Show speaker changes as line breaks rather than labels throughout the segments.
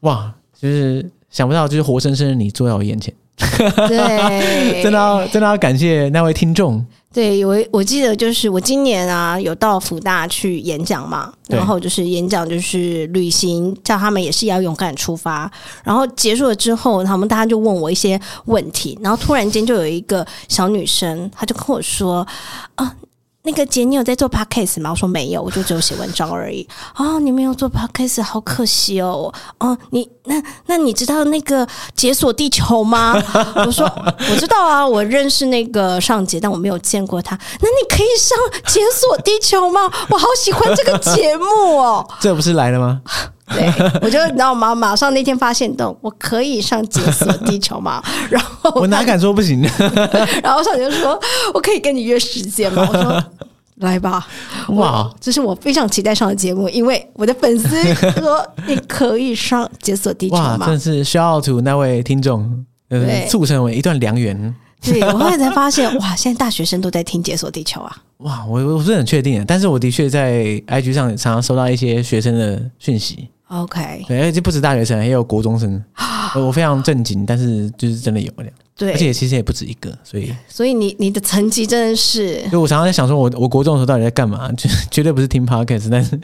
哇，就是想不到，就是活生生的你坐在我眼前，
对，
真的啊要真的要感谢那位听众，
对，我我记得就是我今年啊有到福大去演讲嘛，
对
然后就是演讲就是旅行，叫他们也是要勇敢出发。然后结束了之后，他们大家就问我一些问题，然后突然间就有一个小女生，她就跟我说啊。那个姐，你有在做 podcast 吗？我说没有，我就只有写文章而已。哦，你没有做 podcast，好可惜哦。哦，你那那你知道那个解锁地球 吗？我说我知道啊，我认识那个尚杰，但我没有见过他。那你可以上解锁地球吗？我好喜欢这个节目 哦。
这不是来了 吗？
对，我就你知道吗？马上那天发现哦动，我可以上解锁地 球吗？然后
我哪敢说不行呢？
然后尚杰就说：“我可以跟你约时 间吗？”我说。来吧，
哇
我！这是我非常期待上的节目，因为我的粉丝 说你可以上解锁地球
哇，真
吗
的？是 shout out to 那位听众，呃，
对
促成我一段良缘。
对，我后来才发现，哇，现在大学生都在听解锁地球啊！
哇，我我不是很确定，啊但是我的确在 IG 上常常收到一些学生的讯息，
OK，
对，而且不止大学生，也有国中 生，我非常震惊，但是就是真的有这样，而
对，
且其实也不止一个，所以，
所以你你的成绩真的是
所以我常常在想说我，我国中的时候到底在干嘛？就绝对不是听 podcast，但是，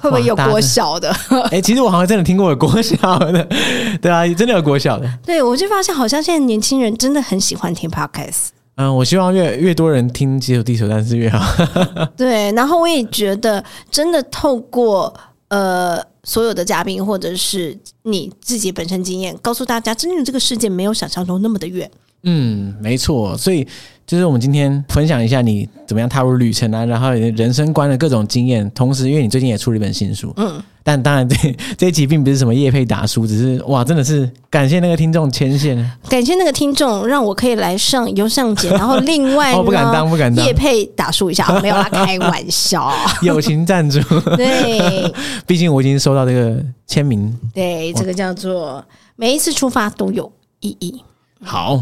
会不会有
大家
国小的？
哎、其实我好像真的听过有国小的， 对啊，真的有国小的。
对我就发现，好像现在年轻人真的很喜欢听 podcast。
嗯，我希望越越多人听《解锁地球》，但是越好。
对，然后我也觉得，真的透过呃所有的嘉宾或者是你自己本身经验，告诉大家，真正这个世界没有想象中那么的远。
嗯，没错，所以就是我们今天分享一下你怎么样踏入旅程啊，然后你的人生观的各种经验。同时，因为你最近也出了一本新书，嗯，但当然这这一集并不是什么叶配打书，只是哇，真的是感谢那个听众牵线
感谢那个听众，让我可以来上游上节，然后另外
哦，
呢，
不敢当，不敢当
叶，佩打输一下，没有啦，开玩 笑。
友情赞助，
对
毕竟我已经收到这个签名。
对，这个叫做每一次出发都有意义。
好，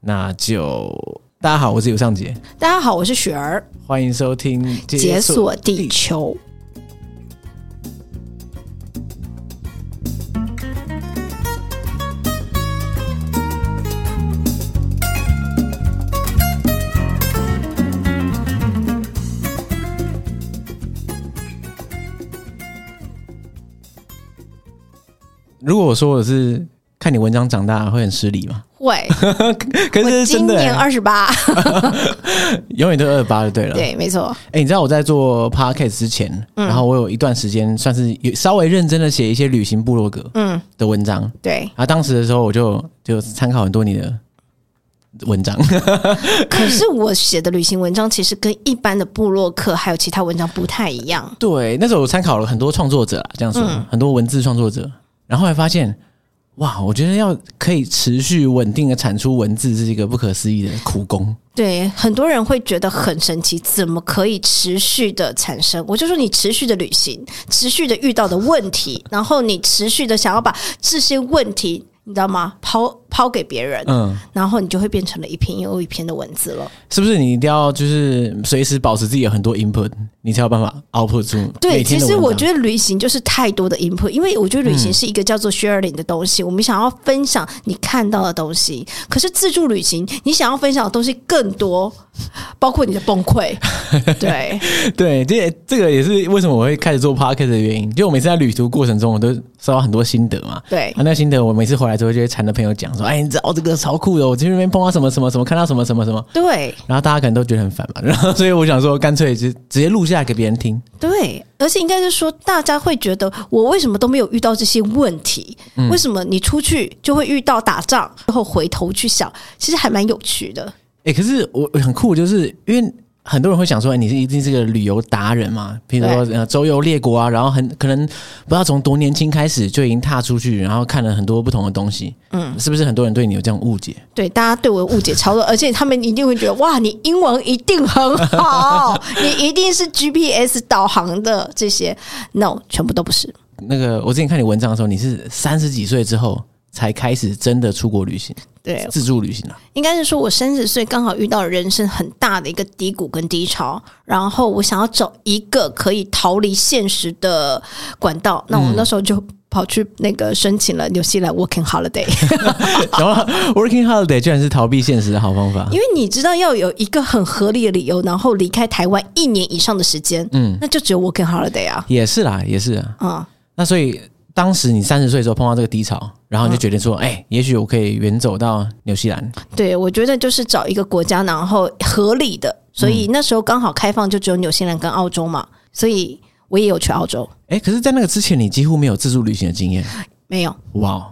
那就大家好，我是尤尚杰，
大家好，我是雪儿。
欢迎收听《
解锁地球。
如果我说我是看你文章长大，会很失礼 吗？
会，
可是这
我
是真
今
的、
年
欸，
二十八，
永远都二十八就对了。
对，嗯没错，
哎、你知道我在做 podcast 之前，然后我有一段时间算是有稍微认真的写一些旅行部落格
嗯，
的文章，
对。
然后当时的时候我就就参考很多你的文章，
可是我写的旅行文章其实跟一般的部落客还有其他文章不太一样，
对，那时候我参考了很多创作者啦，这样说，
嗯
很多文字创作者，然后后来发现。哇，我觉得要可以持续稳定的产出文字是一个不可思议的苦工。
对，很多人会觉得很神奇，怎么可以持续的产生？我就说你持续的旅行，持续的遇到的问题，然后你持续的想要把这些问题，你知道吗？抛抛给别人，
嗯，
然后你就会变成了一篇又一篇的文字了。
是不是你一定要就是随时保持自己有很多 input，你才有办法 output 出
对，
每
其
天的
实
文
我
章嗯
觉得旅行就是太多的 input，因为我觉得旅行是一个叫做 sharing 的东西，我们想要分享你看到的东西。可是自助旅行，你想要分享的东西更多，包括你的崩 溃。对，
对，这这个也是为什么我会开始做 podcast 的原因。就我每次在旅途过程中，我都收到很多心得嘛。
对
啊，那心得我每次回来之后就会缠着朋友讲说：“哎，你知道这个超酷的，我去那边碰到什么什么什么，看到什么什么什么。
对，”
然后大家可能都觉得很烦嘛。然后所以我想说，干脆就直接录下来给别人听。
对，而且应该是说，大家会觉得我为什么都没有遇到这些问题？
嗯
为什么你出去就会遇到打仗？然后回头去想，其实还蛮有趣的。
哎、可是我我很酷，就是因为很多人会想说，哎你是一定是个旅游达人嘛，比如说呃周游列国啊，然后很可能不知道从多年轻开始就已经踏出去，然后看了很多不同的东西。嗯，是不是很多人对你有这样误解？
对，大家对我的误解超多，而且他们一定会觉得哇，你英文一定很好，你一定是 GPS 导航的这些。No，全部都不是。
那个我之前看你文章的时候，你是三十几岁之后才开始真的出国旅行，
对，
自助旅行啊。
应该是说我三十岁刚好遇到人生很大的一个低谷跟低潮，然后我想要找一个可以逃离现实的管道，那我那时候就跑去那个申请了纽西兰 Working Holiday。
然后 working holiday 居然是逃避现实的好方法
因。为你知道要有一个很合理的理由，然后离开台湾一年以上的时间，嗯，那就只有 working holiday 啊，
也是啦，也是啊。
啊、
那所以当时你三十岁的时候碰到这个低潮，然
嗯
后你就决定说，哎、也许我可以远走到纽西兰。
对，我觉得就是找一个国家，然后合理的，所以那时候刚好开放就只有纽西兰跟澳洲嘛，所以我也有去澳洲，
哎、可是，在那个之前，你几乎没有自助旅行的经验。
没有，
哇哦，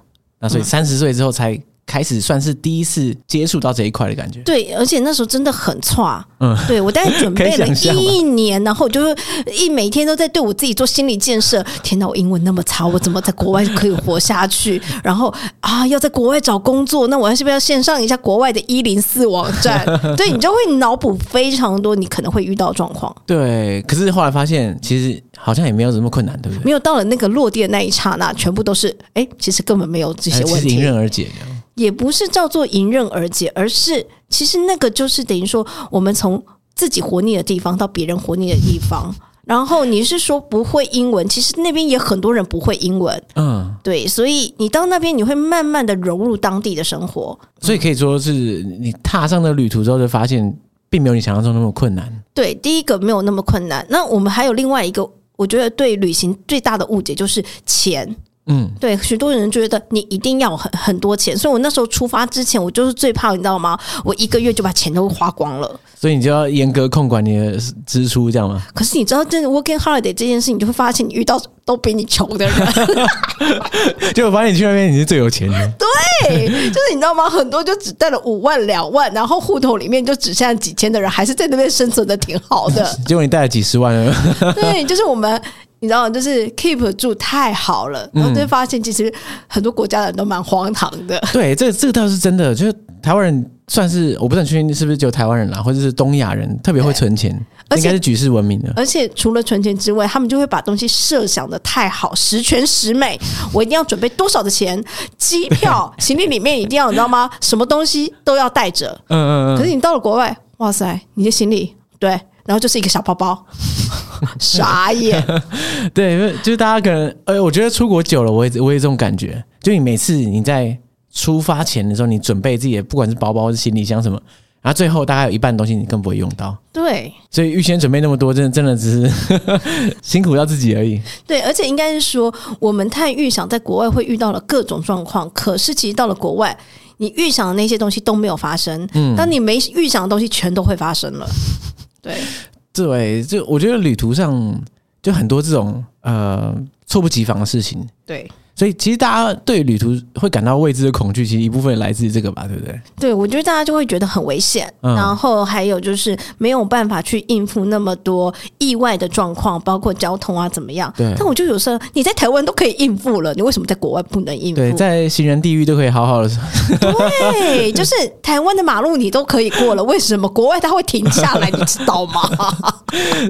那
嗯
所以三十岁之后才开始算是第一次接触到这一块的感觉。
对，而且那时候真的很差，
嗯
对我大概准 备
可以
了
想象吧
一年，然后我就是一每天都在对我自己做心理建设。天哪，我英文那么差，我怎么在国外可以活下去？ 然后啊，要在国外找工作，那我要是不是要线上一下国外的一零四网 站？对你就会脑补非常多你可能会遇到的状况。
对，可是后来发现，其实好像也没有什么困难，对不对？
没有到了那个落地的那一刹那，全部都是哎，其实根本没有这些
哎
问
其实
题
迎。刃而解这样。
也不是叫做迎刃而解，而是其实那个就是等于说，我们从自己活腻的地方到别人活腻的地方。然后你是说不会英文，其实那边也很多人不会英文，
嗯，
对，所以你到那边你会慢慢的融入当地的生活，
所以可以说是你踏上那个旅途之后，就发现并没有你想象中那么困难。
对，第一个没有那么困难。那我们还有另外一个，我觉得对旅行最大的误解就是钱。
嗯，
对，许多人觉得你一定要很很多钱，所以我那时候出发之前，我就是最怕，你知道吗？我一个月就把钱都花光了。
所以你就要严格控管你的支出，这样 吗？
可是你知道，真的 working holiday 这件事，你就会发现你遇到都比你穷的人，
就我发现你去那边你是最有钱 的，。
对，就是你知道吗？很多就只带了五万、两万，然后户头里面就只剩下几千的人，还是在那边生存的挺好的
结果你带了几十万了，
对，就是我们，你知道，就是 keep 住太好了，然后就会发现其实很多国家的人都蛮荒唐的。
对，这这个倒是真的，就是台湾人算是我不是很确定是不是只有台湾人啦，或者是东亚人特别会存钱，
而
应
且
该是举世闻名的。
而且除了存钱之外，他们就会把东西设想的太好，十全十美。我一定要准备多少的钱，机票、行李里面一定要，你知道吗？什么东西都要带着。
嗯嗯嗯，
可是你到了国外，哇塞，你的行李对，然后就是一个小包包， 傻眼。
对，因为就是大家可能，呃，我觉得出国久了，我也我也有这种感觉，就你每次你在出发前的时候，你准备自己的不管是包包、是行李箱什么，然后最后大概有一半东西你更不会用到，
对
所以预先准备那么多，真的真的只是 辛苦到自己而已。
对，而且应该是说，我们太预想在国外会遇到了各种状况，可是其实到了国外。你预想的那些东西都没有发生，当你没预想的东西全都会发生了。对，
对，就我觉得旅途上就很多这种呃猝不及防的事情，
对，
所以其实大家对旅途会感到未知的恐惧，其实一部分也来自于这个吧，对不对？
对，我觉得大家就会觉得很危险，
嗯
然后还有就是没有办法去应付那么多意外的状况，包括交通啊怎么样。
对
但我就有时候你在台湾都可以应付了，你为什么在国外不能应付？
对，在行人地狱都可以好好的，
对就是台湾的马路你都可以过了，为什么国外它会停下 来？你知道吗？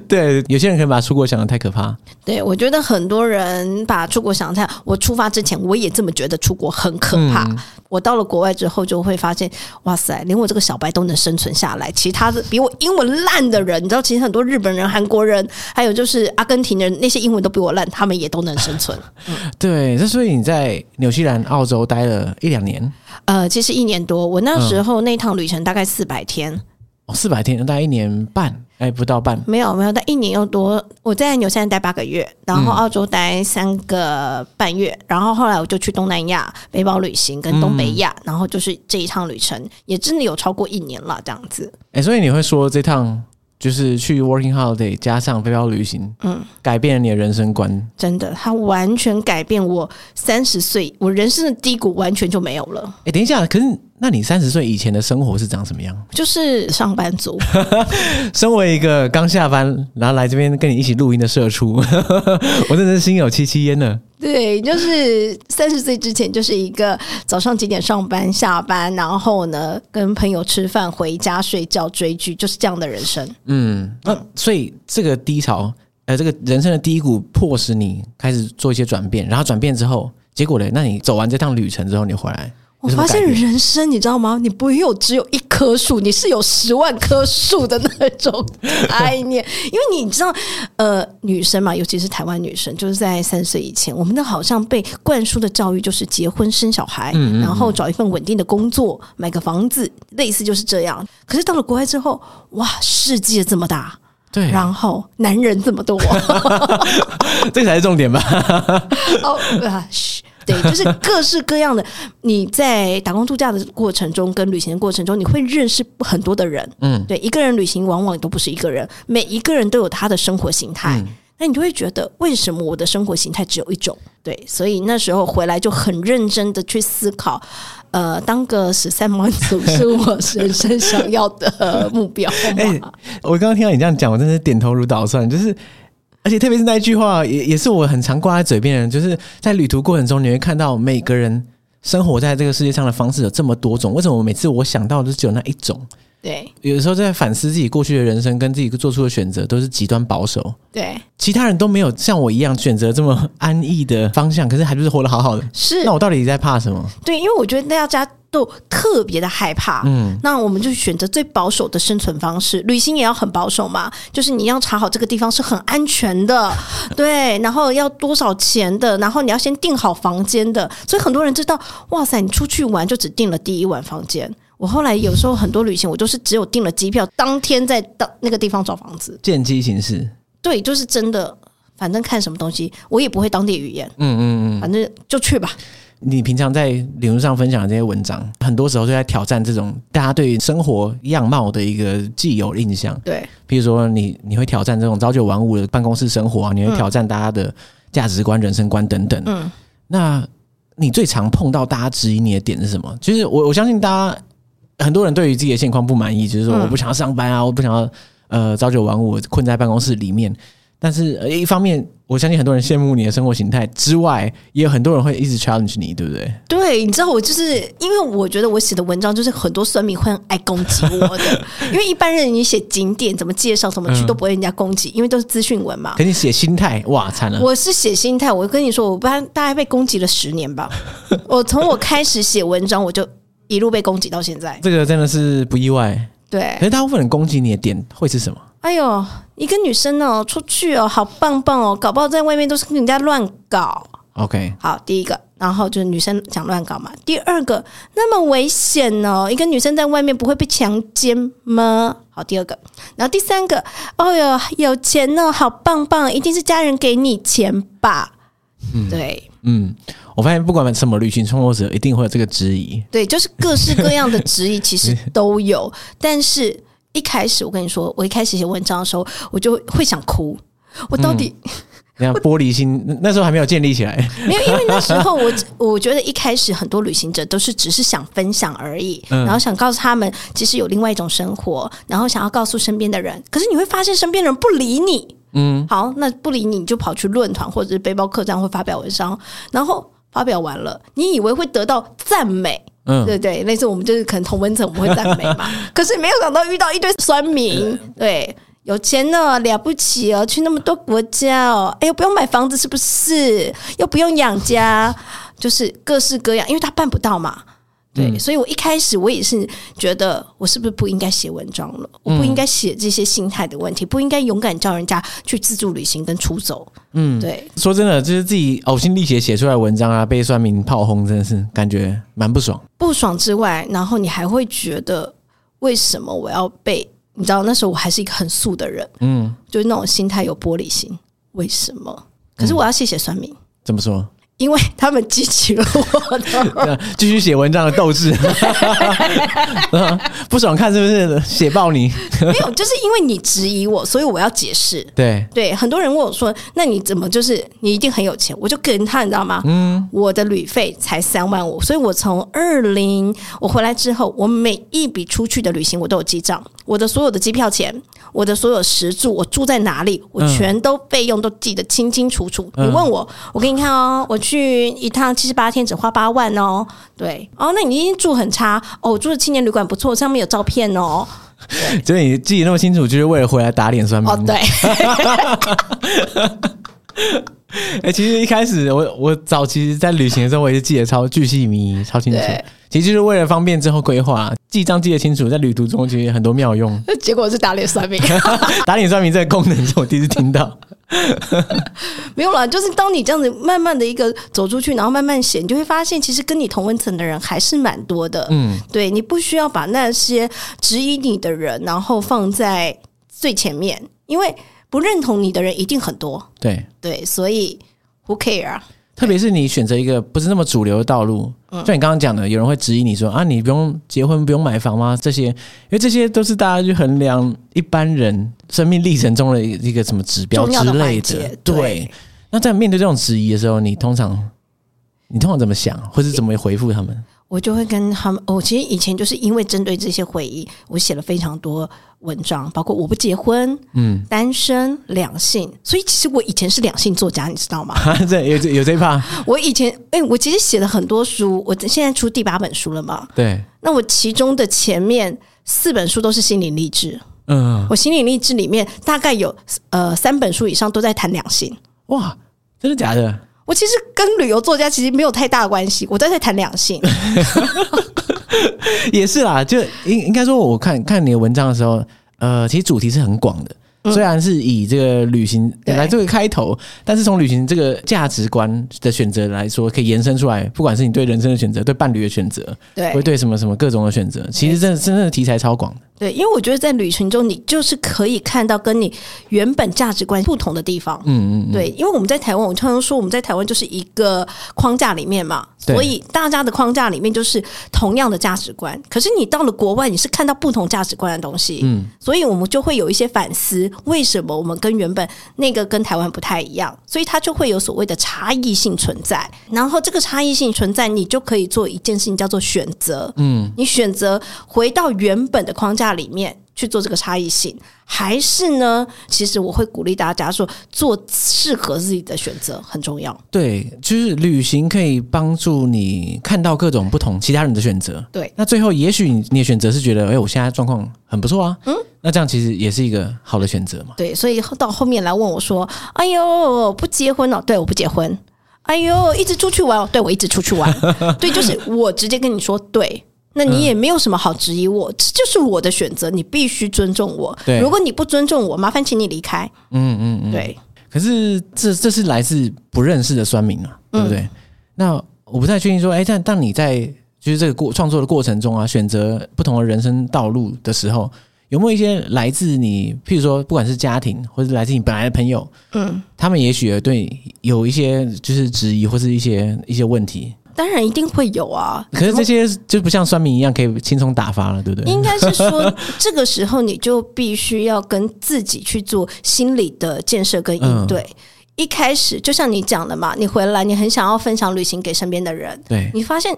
对，有些人可能把出国想的太可怕，
对，我觉得很多人把出国想太，我出发之前我也这么觉得出国很可怕。我到了国外之后就会发现，哇塞，连我这个小白都能生存下来。其他的比我英文烂的人，你知道，其实很多日本人、韩国人，还有就是阿根廷人，那些英文都比我烂，他们也都能生存。
对，这所以你在纽西兰、澳洲待了一两年，
呃，其实一年多，我那时候那趟旅程大概四百天，
哦，四百天，大概一年半，哎，不到半，
没有没有，但一年又多。我在纽西兰待八个月，然后澳洲待三个半月，然后后来我就去东南亚背包旅行跟东北亚，然后就是这一趟旅程也真的有超过一年了，这样子。
哎，所以你会说这趟就是去 working holiday 加上背包旅行，嗯，改变了你的人生观，
真的，它完全改变我三十岁，我人生的低谷完全就没有了，
哎，等一下，可是那你三十岁以前的生活是长什么样？
就是上班族。
身为一个刚下班，然后来这边跟你一起录音的社畜， 我真的是心有戚戚焉呢。
对，就是三十岁之前就是一个早上几点上班、下班，然后呢跟朋友吃饭、回家睡觉、追剧，就是这样的人生。
嗯，那、所以这个呃低潮，呃，这个人生的低谷，迫使你开始做一些转变，然后转变之后，结果嘞，那你走完这趟旅程之后，你回来，
我
有什么
发现
改变
人生，你知道吗？你不有只有一棵树，你是有十万棵树的那种 概念。因为你知道，呃，女生嘛，尤其是台湾女生，就是在三十岁以前，我们的好像被灌输的教育就是结婚生小孩，
嗯
然后找一份稳定的工作，买个房子，类似就是这样。可是到了国外之后，哇，世界这么大，
对，
然后男人这么多。
这个才是重点吧？
哦啊，嘘，对，就是各式各样的。你在打工度假的过程中，跟旅行的过程中，你会认识很多的人。
嗯，
对，一个人旅行往往都不是一个人，每一个人都有他的生活形态。
嗯
那你就会觉得，为什么我的生活形态只有一种？对，所以那时候回来就很认真的去思考，呃，当个十三王子是我 人生想要的目标
哎
嘛？
我刚刚听到你这样讲，我真的是点头如捣蒜，就是。而且特别是那一句话，也也是我很常挂在嘴边的，就是在旅途过程中，你会看到每个人生活在这个世界上的方式有这么多种。为什么我每次我想到的就只有那一种？
对
有时候在反思自己过去的人生跟自己做出的选择，都是极端保守。
对，
其他人都没有像我一样选择这么安逸的方向，可是还就是活得好好的。
是
那我到底在怕什么？
对，因为我觉得大家都特别的害怕，
嗯，
那我们就选择最保守的生存方式，旅行也要很保守嘛，就是你要查好这个地方是很安全 的，对，然后要多少钱的，然后你要先订好房间的，所以很多人知道，哇塞，你出去玩就只订了第一晚房间。我后来有时候很多旅行，我都是只有订了机票，当天在当那个地方找房子。
见机行事。
对，就是真的，反正看什么东西，我也不会当地语言，
嗯嗯嗯。
反正就去吧。
你平常在理论上分享的这些文章，很多时候都在挑战这种大家对于生活样貌的一个既有印象。
对，
譬如说你，你会挑战这种朝九晚五的办公室生活啊，你会挑战大家的价值观、人生观等等。
嗯，
那你最常碰到大家质疑你的点是什么？就是我我相信大家很多人对于自己的现况不满意，就是说
嗯
我不想要上班啊，我不想要呃朝九晚五困在办公室里面。但是呃一方面，我相信很多人羡慕你的生活形态之外，也有很多人会一直 challenge 你，对不对？
对，你知道我就是因为我觉得我写的文章就是很多酸民会很爱攻击我的，因为一般人你写景点怎么介绍怎么去
嗯
都不会人家攻击，因为都是资讯文嘛。
可你写心态，哇，惨了！
啊我是写心态，我跟你说，我大大概被攻击了十年吧。我从我开始写文章，我就一路被攻击到现在。
这个真的是不意外。
对
可，是大部分人攻击你的点会是什么？
哎呦，一个女生哦，出去哦，好棒棒哦，搞不好在外面都是跟人家乱搞。
OK，
好，第一个，然后就是女生想乱搞嘛。第二个，那么危险哦，一个女生在外面不会被强奸吗？好，第二个，然后第三个，哦哟，有钱哦，好棒棒，一定是家人给你钱吧？对
嗯，我发现不管什么旅行创作者，一定会有这个质疑。
对，就是各式各样的质疑其实都有，但是一开始我跟你说，我一开始写文章的时候，我就会想哭。我到底、
你看玻璃心，那时候还没有建立起来。
没有，因为那时候我我觉得一开始很多旅行者都是只是想分享而已，
嗯
然后想告诉他们其实有另外一种生活，然后想要告诉身边的人。可是你会发现身边人不理你，嗯，好，那不理你你就跑去论坛或者是背包客栈会发表文章，然后发表完了，你以为会得到赞美。
嗯，
对对，类似我们就是可能同文层我们会赞美 嘛，可是没有想到遇到一堆酸民，对，有钱呢了不起哦，去那么多国家哦，哎呦不用买房子是不是？又不用养家，就是各式各样，因为他办不到嘛。对，所以我一开始我也是觉得，我是不是不应该写文章了？我不应该写这些心态的问题，不应该勇敢叫人家去自助旅行跟出走。嗯，对，
说真的，就是自己呕心沥血写出来的文章啊，被酸民炮轰，真的是感觉蛮不爽。
不爽之外，然后你还会觉得为什么我要被？你知道那时候我还是一个很素的人，
嗯，
就是那种心态有玻璃心。为什么？可是我要谢谢酸民，
怎么说？
因为他们激起了我 的。
呃继续写文章的斗志， 嗯不爽看是不是？写爆你。
没有，就是因为你质疑我，所以我要解释。
对，
对，很多人问我说：“那你怎么就是你一定很有钱？”我就跟他，你知道吗？嗯，我的旅费才三万五，所以我从二零我回来之后，我每一笔出去的旅行我都有记账，我的所有的机票钱，我的所有食住，我住在哪里，我全都费用都记得清清楚楚。
嗯
你问我，我给你看哦，我去一趟七十八天只花八万哦，对，哦，那你一定住很差哦，我住的青年旅馆不错，上面有照片哦，
就是你记嗯
哦
得那么清楚，就是为了回来打脸酸民。
哦，对。
哎、其实一开始我我早期在旅行的时候，我也是记得超巨细靡遗、超清楚
对。
其实就是为了方便之后规划，记账记得清楚，在旅途中其实很多妙用。
结果是打脸算命，
打脸算命这个功能是我第一次听到。
没有啦，就是当你这样子慢慢的一个走出去，然后慢慢写，你就会发现，其实跟你同温层的人还是蛮多的。
嗯，
对你不需要把那些质疑你的人，然后放在最前面，因为不认同你的人一定很多。
对，
对，所以 who care 啊？
特别是你选择一个不是那么主流的道路，就你刚刚讲的，有人会质疑你说啊，你不用结婚，不用买房吗？这些，因为这些都是大家去衡量一般人生命历程中的一个什么指标
重要
之
的
类
环节对
对，那在面对这种质疑的时候，你通常你通常怎么想，或是怎么回复他们？
我就会跟他们，我、其实以前就是因为针对这些回忆，我写了非常多文章，包括我不结婚、
嗯，
单身、两性，所以其实我以前是两性作家，你知道吗？
这有这有这一 趴，
我以前，哎、我其实写了很多书，我现在出第八本书了嘛。
对，
那我其中的前面四本书都是心灵励志，
嗯，
我心灵励志里面大概有呃三本书以上都在谈两性。
哇，真的假的？
我其实跟旅游作家其实没有太大的关系，我都在谈两性。
也是啦，就应应该说，我看看你的文章的时候，呃，其实主题是很广的。虽然是以这个旅行
对
来作为开头，但是从旅行这个价值观的选择来说，可以延伸出来，不管是你对人生的选择、对伴侣的选择，
对
会对什么什么各种的选择，其实真的真正的题材超广的。
对，因为我觉得在旅行中，你就是可以看到跟你原本价值观不同的地方。
嗯嗯，嗯，
对，因为我们在台湾，我常常说我们在台湾就是一个框架里面嘛，
对
所以大家的框架里面就是同样的价值观。可是你到了国外，你是看到不同价值观的东西，
嗯，
所以我们就会有一些反思，为什么我们跟原本那个跟台湾不太一样？所以它就会有所谓的差异性存在。然后这个差异性存在，你就可以做一件事情叫做选择，嗯，你选择回到原本的框架里面。去做这个差异性，还是呢？其实我会鼓励大家说，做适合自己的选择很重要。
对，就是旅行可以帮助你看到各种不同其他人的选择。
对，
那最后也许你你的选择是觉得，哎、我现在状况很不错啊，嗯，那这样其实也是一个好的选择嘛。
对，所以到后面来问我说：“哎呦，不结婚哦？”对，我不结婚。哎呦，一直出去玩哦？对，我一直出去玩。 对，就是我直接跟你说，对，那你
嗯
也没有什么好质疑我，这就是我的选择，你必须尊重我
对。
如果你不尊重我，麻烦请你离开。
嗯嗯嗯，
对，
可是这这是来自不认识的酸民啊，
嗯
对不对？那我不太确定说，哎，但当你在就是这个过创作的过程中啊，选择不同的人生道路的时候，有没有一些来自你，譬如说不管是家庭，或是来自你本来的朋友，嗯，他们也许对你有一些就是质疑或是一些一些问题，
当然一定会有啊。
可是
怎么
这些就不像酸民一样可以轻松打发了，对不对？
应该是说，这个时候你就必须要跟自己去做心理的建设跟应对。一开始就像你讲的嘛，你回来你很想要分享旅行给身边的人，
对，
你发现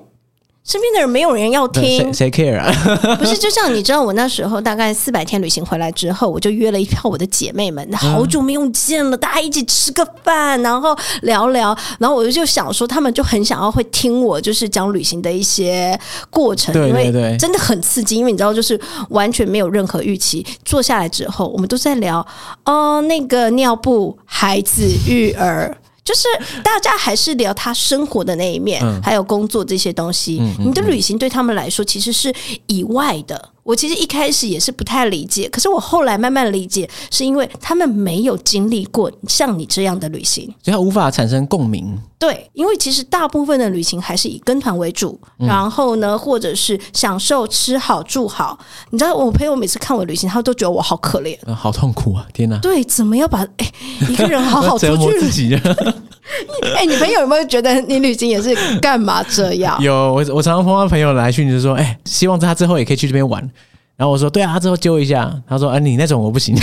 身边的人没有人要听
谁，谁 care 啊？
不是就像你知道，我那时候大概四百天旅行回来之后，我就约了一票我的姐妹们，
嗯
好久没有见了，大家一起吃个饭，然后聊聊，然后我就想说，他们就很想要会听我就是讲旅行的一些过程，
对
因为
对对
真的很刺激，因为你知道，就是完全没有任何预期，坐下来之后，我们都在聊哦，那个尿布、孩子、育儿。就是大家还是聊他生活的那一面，
嗯
还有工作这些东西。你的旅行对他们来说其实是以外的。我其实一开始也是不太理解，可是我后来慢慢理解，是因为他们没有经历过像你这样的旅行。
就他无法产生共鸣，
对，因为其实大部分的旅行还是以跟团为主，
嗯
然后呢，或者是享受吃好住好。你知道，我朋友每次看我旅行，他都觉得我好可怜。
呃好痛苦啊！天哪，
对，怎么要把哎、一个人好 好出
折磨
去
自己。啊
哎、你朋友有没有觉得你旅行也是干嘛这样？
有我我常常碰到朋友来讯，就说，哎、希望他之后也可以去这边玩。然后我说，对啊，他之后揪一下。他说，啊，你那种我不行。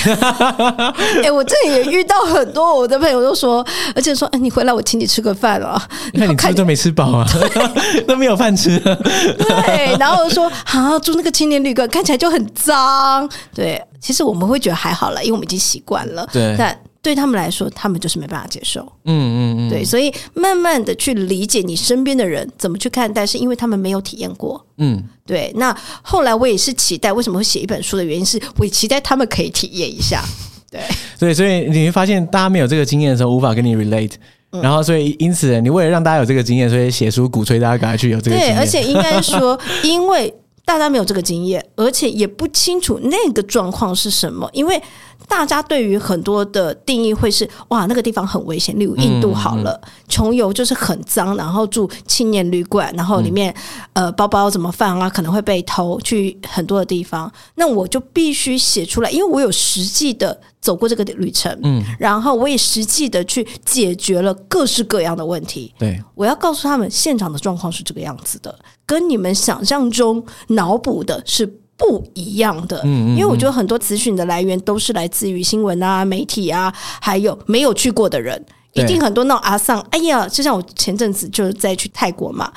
哎、我这里也遇到很多我的朋友都说，而且说，哎、你回来我请你吃个饭啊，
那你吃都没吃饱啊， 都没有饭吃、啊。
对，然后说啊，住那个青年旅馆看起来就很脏，对，其实我们会觉得还好了，因为我们已经习惯了，
对
但对他们来说，他们就是没办法接受，
嗯嗯嗯，
对，所以慢慢的去理解你身边的人怎么去看待，是因为他们没有体验过，
嗯，
对，那后来我也是期待，为什么会写一本书的原因是，我也期待他们可以体验一下。对，
对，所以你会发现，大家没有这个经验的时候，无法跟你 relate。
嗯
然后所以因此你为了让大家有这个经验，所以写书鼓吹大家赶快去有这个经
对，
验，
而且应该 说，因为大家没有这个经验，而且也不清楚那个状况是什么，因为大家对于很多的定义会是哇，那个地方很危险，例如印度好
嗯
了，穷游就是很脏，然后住青年旅馆，然后
嗯
里面、呃包包怎么放啊，可能会被偷，去很多的地方，那我就必须写出来，因为我有实际的。走过这个旅程，嗯，然后我也实际的去解决了各式各样的问题，
对。
我要告诉他们，现场的状况是这个样子的，跟你们想象中脑补的是不一样的。因为我觉得很多资讯的来源都是来自于新闻啊、媒体啊，还有没有去过的人。一
对
定很多那种阿丧，哎呀，就像我前阵子就是在去泰国嘛，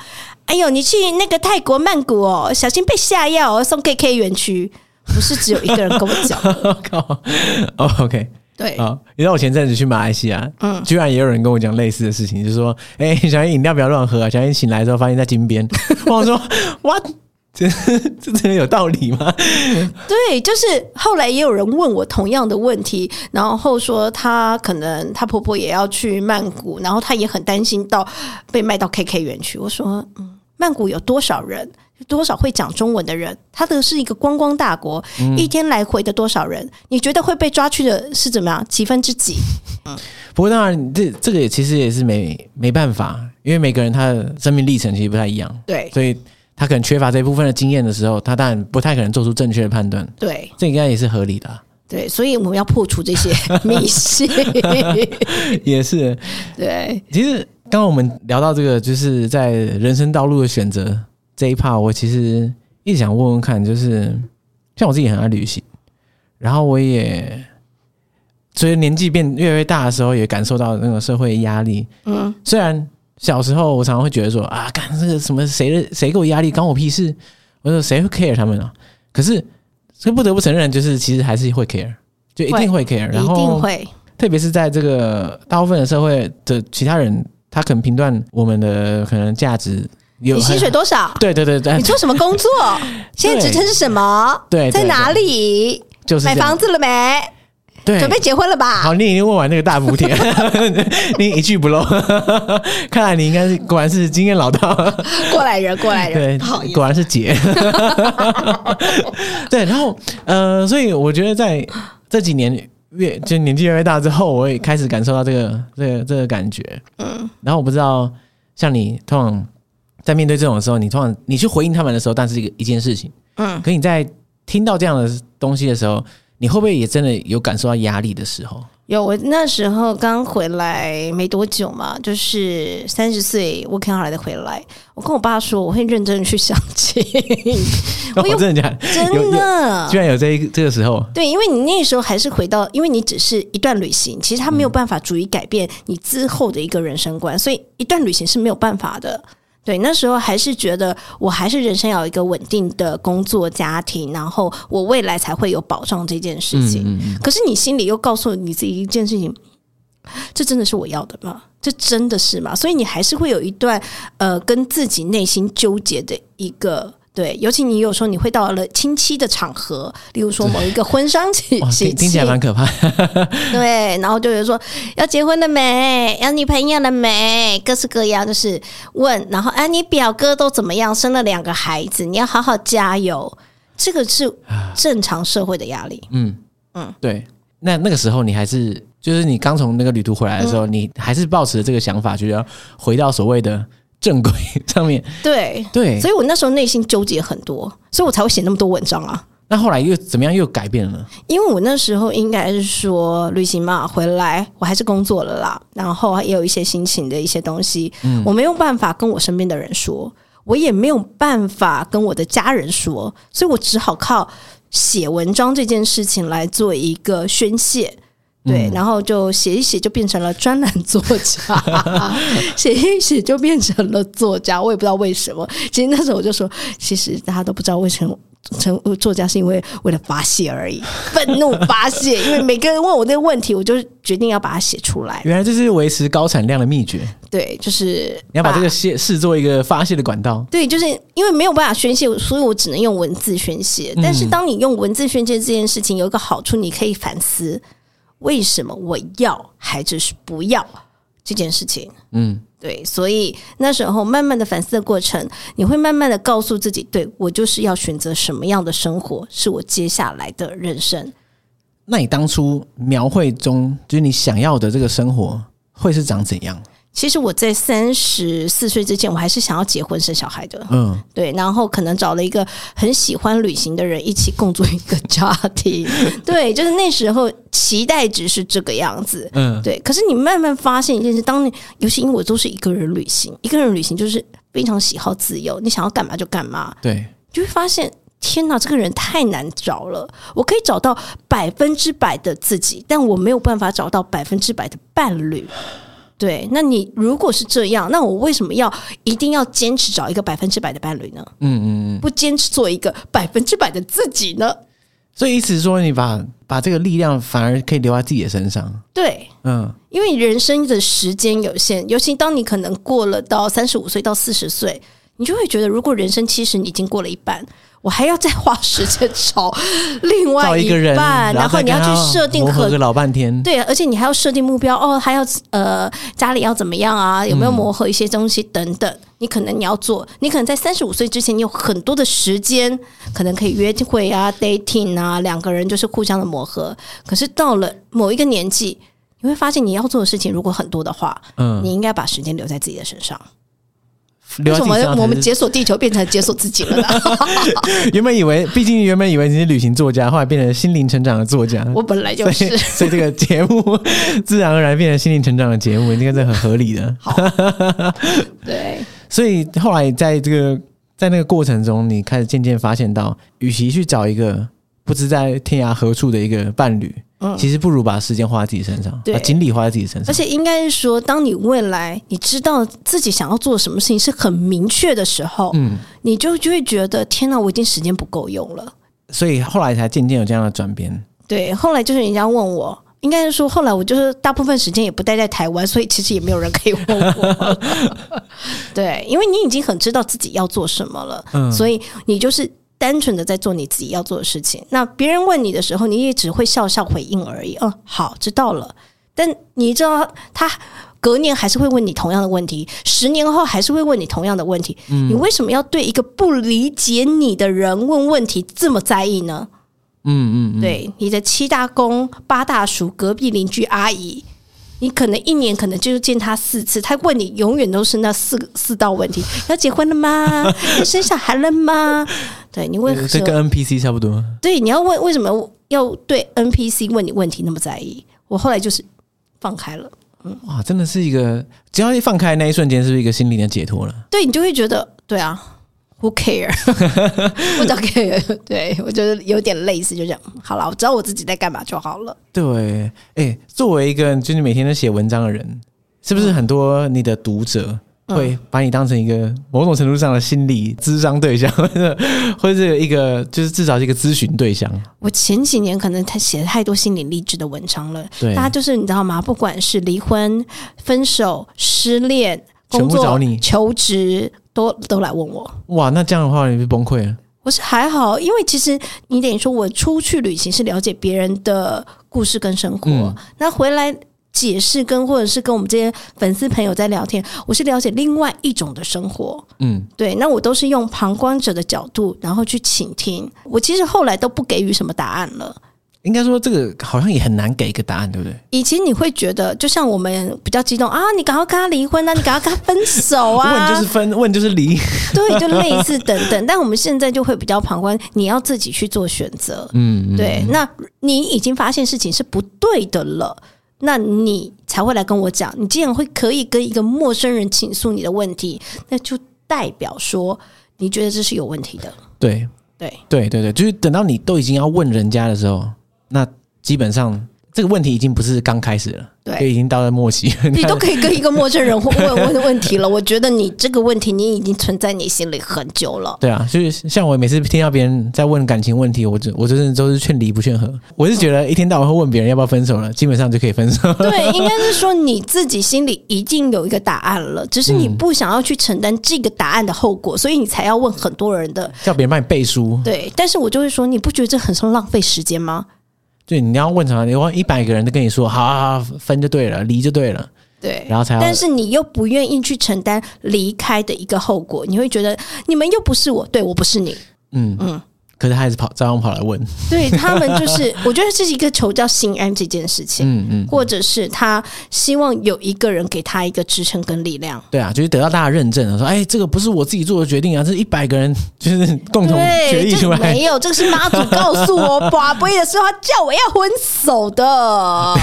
哎呦，你去那个泰国曼谷哦，小心被下药哦，送 KK 园区，不是只有一个人跟我讲，
我靠、哦 o k
对，
好，啊你知道我前阵子去马来西亚，嗯，居然也有人跟我讲类似的事情，就说，哎、小心饮料不要乱喝啊，小心醒来之后发现在金 边。我想说，what？这这真的有道理吗？
对，就是后来也有人问我同样的问题，然后说她可能她婆婆也要去曼谷，然后她也很担心到被卖到 KK 园区。我说，嗯，曼谷有多少人？多少会讲中文的人？它的是一个观光大国，
嗯
一天来回的多少人？你觉得会被抓去的是怎么样？几分之几？
不过当然，这这个也其实也是没没办法，因为每个人他的生命历程其实不太一样，
对
所以他可能缺乏这部分的经验的时候，他当然不太可能做出正确的判断，
对
这应该也是合理的啊、
对，所以我们要破除这些 迷信。
也是。
对，
其实刚刚我们聊到这个，就是在人生道路的选择这一 part，我其实一直想问问看，就是像我自己很爱旅行，然后我也随着年纪变越来越大的时候，也感受到那个社会压力。
嗯，
虽然小时候我常常会觉得说啊，干这个什么谁的谁给我压力，关我屁事，我说谁会 care 他们啊？可是这不得不承认，就是其实还是会 care，就一定会 care，然
一
后
定会。
特别是在这个大部分的社会的其他人，他可能评断我们的可能价值有
你薪水多少？
对对对对
你，做什么工 作？现在职称是什么？
哎对对
在哪里？
就是
买
这样
房子了没？
对
准备结婚了吧？
好，你已经问完那个大补贴， 你一句不漏， 看来你应该是果然是经验老道，
过来人，过来
对
人，不好，意思
果，然是姐， 对，然后呃，所以我觉得在 这几年越就年纪越来越大之后，我也开始感受到这个这个这个感觉，
嗯，
然后我不知道，像你通常在面对这种的时候，你通常你去回应他们的时候，但是一个一件事情，
嗯，
可你在听到这样的东西的时候，你会不会也真的有感受到压力的时候？
有我那时候刚回来没多久嘛，就是三十岁 working holiday 回来，我跟我爸说我会认真地去相亲，
我、
有
真的假的？有
真
有
的
居。然有这一这个时候，
对，因为你那时候还是回到，因为你只是一段旅行，其实它没有办法足以改变你之后的一个人生观，所以一段旅行是没有办法的。对，那时候还是觉得我还是人生要有一个稳定的工作、家庭，然后我未来才会有保障这件事情。
嗯嗯，
可是你心里又告诉你自己一件事情：这真的是我要的吗？这真的是吗？所以你还是会有一段呃跟自己内心纠结的一个。对，尤其你有时候你会到了亲戚的场合，例如说某一个婚丧喜
哇，
喜
听听起
庆
来，蛮可怕的。
对，然后就有说要结婚了没，要女朋友了没，各式各样，就是问，然后啊，你表哥都怎么样，生了两个孩子，你要好好加油，这个是正常社会的压力。
啊嗯嗯，对。那那个时候你还是，就是你刚从那个旅途回来的时候，你还是抱持这个想法，觉得要回到所谓的正轨 上面。
对，
对
所，以我那时候内心纠结很多，所以我才会写那么多文章啊。
那后来又怎么样？又改变了？
因为我那时候应该是说旅行嘛，回来我还是工作了啦，然后也有一些心情的一些东西，我没有办法跟我身边的人说，我也没有办法跟我的家人说，所以我只好靠写文章这件事情来做一个宣泄。
嗯
对，然后就写一写，就变成了专栏作 家，写一写就变成了作家。我也不知道为什么。其实那时候我就说，其实大家都不知道为什么成为作家是因为为了发泄 而已，愤怒发泄。因为每个人问我这个问题，我就决定要把它写出来。
原来这是维持高产量的秘诀，
对，就是
你要把这个泄视作一个发泄的管道。
对，就是因为没有办法宣泄，所以我只能用文字宣泄。但是当你用文字宣泄这件事情，有一个好处，你可以反思为什么我要还是不要。这件事情。
嗯，
对，所以那时候慢慢的反思的过程，你会慢慢的告诉自己，对我就是要选择什么样的生活，是我接下来的人生。
那你当初描绘中，就是你想要的这个生活会是长怎样？
其实我在三十四岁之前，我还是想要结婚生小孩的，
嗯，
对，然后可能找了一个很喜欢旅行的人一起共组一个家庭，对，就是那时候期待值是这个样子，
嗯，
对。可是你慢慢发现一件事，当你尤其因为我都是一个人旅行，一个人旅行就是非常喜好自由，你想要干嘛就干嘛，
对，
就会发现。天哪，这个人太难找了。我可以找到百分之百的自己，但我没有办法找到百分之百的伴侣。对，那你如果是这样，那我为什么要一定要坚持找一个百分之百的伴侣呢？
嗯嗯嗯。
不坚持做一个百分之百的自己呢？
所以意思是说，你把把这个力量反而可以留在自己的身上。
对，
嗯，
因为人生的时间有限，尤其当你可能过了到三十五岁到四十岁，你就会觉得，如果人生其实你已经过了一半，我还要再花时间找另
找
外
一个人，
半，然
后
后你要去设定
和
很
个老半天。
对，啊而且你还要设定目标哦，还要呃家里要怎么样啊，有没
嗯
有磨合一些东西等等。你可能你要做，你可能在三十五岁之前，你有很多的时间，可能可以约会啊、dating 啊，两个人就是互相的磨合。可是到了某一个年纪，你会发现你要做的事情如果很多的话，
嗯，
你应该把时间留在自己的身上。为
留在
什
自己
么
身上
我们
才是
解锁地球变成解锁自己 了呢？
原本以为，毕竟原本以为你是旅行作家，后来变成心灵成长的作家。
我本来就
所以，
是。
所以这个节目自然而然变成心灵成长的节目，应该是很合理的。
好，对，
所以后来在这个在那个过程中，你开始渐渐发现到，与其去找一个不知在天涯何处的一个伴侣，
嗯
其实不如把时间花在自己身上，
对
把精力花在自己身上。
而且应该是说，当你未来你知道自己想要做什么事情是很明确的时候，
嗯，
你就就会觉得天哪，我已经时间不够用了。
所以后来才渐渐有这样的转变。
对，后来就是人家问我。应该是说，后来我就是大部分时间也不待在台湾，所以其实也没有人可以问我。 对，因为你已经很知道自己要做什么了，
嗯
所以你就是单纯的在做你自己要做的事情。那别人问你的时候，你也只会笑笑回应而已。嗯，好，知道了。但你知道，他隔年还是会问你同样的问题，十年后还是会问你同样的问题。你为什么要对一个不理解你的人问问题这么在意呢？
嗯嗯嗯，
对你的七大姑八大叔、隔壁邻居阿姨，你可能一年可能就见他四次，他问你永远都是那四个四道问题：要结婚了吗？要生小孩了吗？对，你为
呃这
什么？
跟 NPC 差不多。
对，你要问为什么要对 NPC 问你问题那么在意？我后来就是放开了，
哇，真的是一个，只要一放开那一瞬间，是不是一个心灵的解脱了？
对你就会觉得，对啊，Who care？我don't care。对我觉得有点类似，就这样。好了，我知道我自己在干嘛就好了。
对，哎、作为一个就是你每天都写文章的人，是不是很多你的读者
嗯
会把你当成一个某种程度上的心理咨商对象， 或者或者是一个就是至少是一个咨询对象？
我前几年可能他写太多心理励志的文章了，
对
大家就是你知道吗？不管是离婚、分手、失恋、
全部
工作、
找你
求职，都都来问我。
哇，那这样的话你就崩溃了。
我是还好，因为其实你等于说我出去旅行是了解别人的故事跟生活，
嗯
那回来解释跟或者是跟我们这些粉丝朋友在聊天，我是了解另外一种的生活。
嗯，
对，那我都是用旁观者的角度，然后去倾听。我其实后来都不给予什么答案了。
应该说这个好像也很难给一个答案，对不对？
以前你会觉得，就像我们比较激动啊，你赶快跟他离婚啊，你赶快跟他分手啊，
问就是分，问就是离。
对，就类似等等。但我们现在就会比较旁观，你要自己去做选择。
嗯，嗯
对，那你已经发现事情是不对的了，那你才会来跟我讲。你既然会可以跟一个陌生人倾诉你的问题，那就代表说你觉得这是有问题的。
对
对，
对对对，就是等到你都已经要问人家的时候，那基本上这个问题已经不是刚开始了，
对
就已经到了末期。
你都可以跟一个陌生人问问问问题了。我觉得你这个问题，你已经存在你心里很久了。
对啊，就是像我每次听到别人在问感情问题，我就我就是都是劝离不劝和。我是觉得一天到晚会问别人要不要分手了，基本上就可以分 手。
对，应该是说你自己心里一定有一个答案了，只是你不想要去承担这个答案的后果，所以你才要问很多人的。
叫别人帮你背书，
对，但是我就会说，你不觉得这很像浪费时间吗？
就你要问什么，你问一百个人都跟你说，好好好，分就对了，离就对了。
对，
然后才要
但是你又不愿意去承担离开的一个后果，你会觉得你们又不是我，对我不是你，
嗯嗯
嗯，
可是他还是跑照样跑来问，
对他们就是，我觉得这是一个求教心安这件事情，
嗯嗯，
或者是他希望有一个人给他一个支撑跟力量。
对啊，就是得到大家认证了，说哎，这个不是我自己做的决定啊，这是一百个人就是共同决
对，
议
这
出
个
来
没，有，这个是妈祖告诉 我，拔杯的时候他叫我要分手的。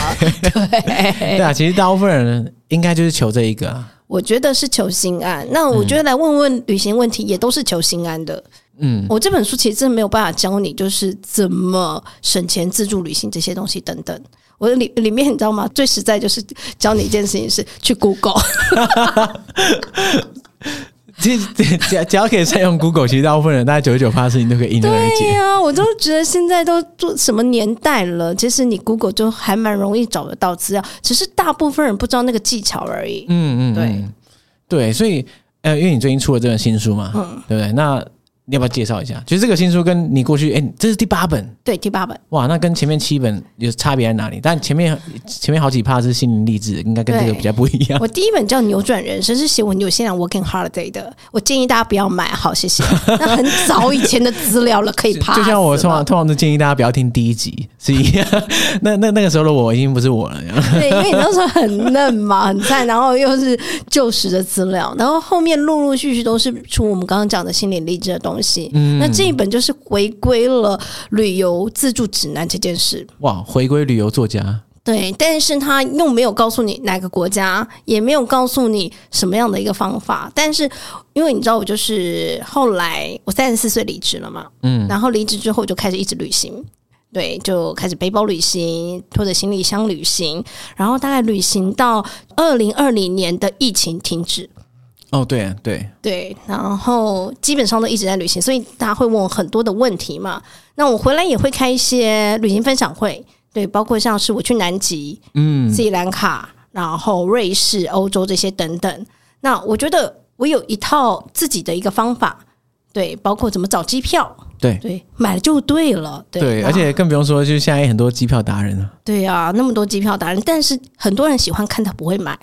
对啊，其实大部分人应该就是求这一个啊，
我觉得是求心安。那我觉得来问问旅行问题也都是求心安的。
嗯，
我这本书其实真的没有办法教你，就是怎么省钱、自助旅行这些东西等等。我的里里面你知道吗？最实在就是教你一件事情是 去 Google，
其实只只只要可以善用 Google，其实大部分人大概九十九趴事情都可以迎刃而
对
解。
呀、我都觉得现在都做什么年代了，其实你 Google 就还蛮容易找得到资料，只是大部分人不知道那个技巧而已。
嗯嗯，
对
嗯对，所以呃，因为你最近出了这本新书嘛，
嗯
对不对？那你要不要介绍一下？就是这个新书跟你过去，哎，这是第八本
对，第八本，
哇，那跟前面七本有差别在哪里？但前面前面好几趴是心灵励志，应该跟这个
对
比较不一样。
我第一本叫《扭转人生》，是写我纽西兰 working holiday 的，我建议大家不要买，好，谢谢。 那很早以前的资料了，可以 pass
就像我通
了
常通常都建议大家不要听第一集是一样，那那那个时候的我已经不是我了。
对，因为你那时候很嫩嘛，很菜，然后又是旧时的资料，然后后面陆陆续续都是出我们刚刚讲的心理励志的东西。
嗯
那这一本就是回归了旅游自助指南这件事，
哇，回归旅游作家，
对，但是他又没有告诉你哪个国家，也没有告诉你什么样的一个方法。但是因为你知道，我就是后来我三十四岁离职了嘛，嗯，然后离职之后我就开始一直旅行。对，就开始背包旅行，拖着行李箱旅行，然后大概旅行到二零二零年的疫情停止，
哦，对对，
对，然后基本上都一直在旅行，所以大家会问我很多的问题嘛。那我回来也会开一些旅行分享会，对，包括像是我去南极，嗯，斯里兰卡，然后瑞士、欧洲这些等等。那我觉得我有一套自己的一个方法，对，包括怎么找机票，
对
对，买了就对了，对，
对，
那
而且更不用说，就是现在很多机票达人啊，
对啊，那么多机票达人，但是很多人喜欢看他不会买，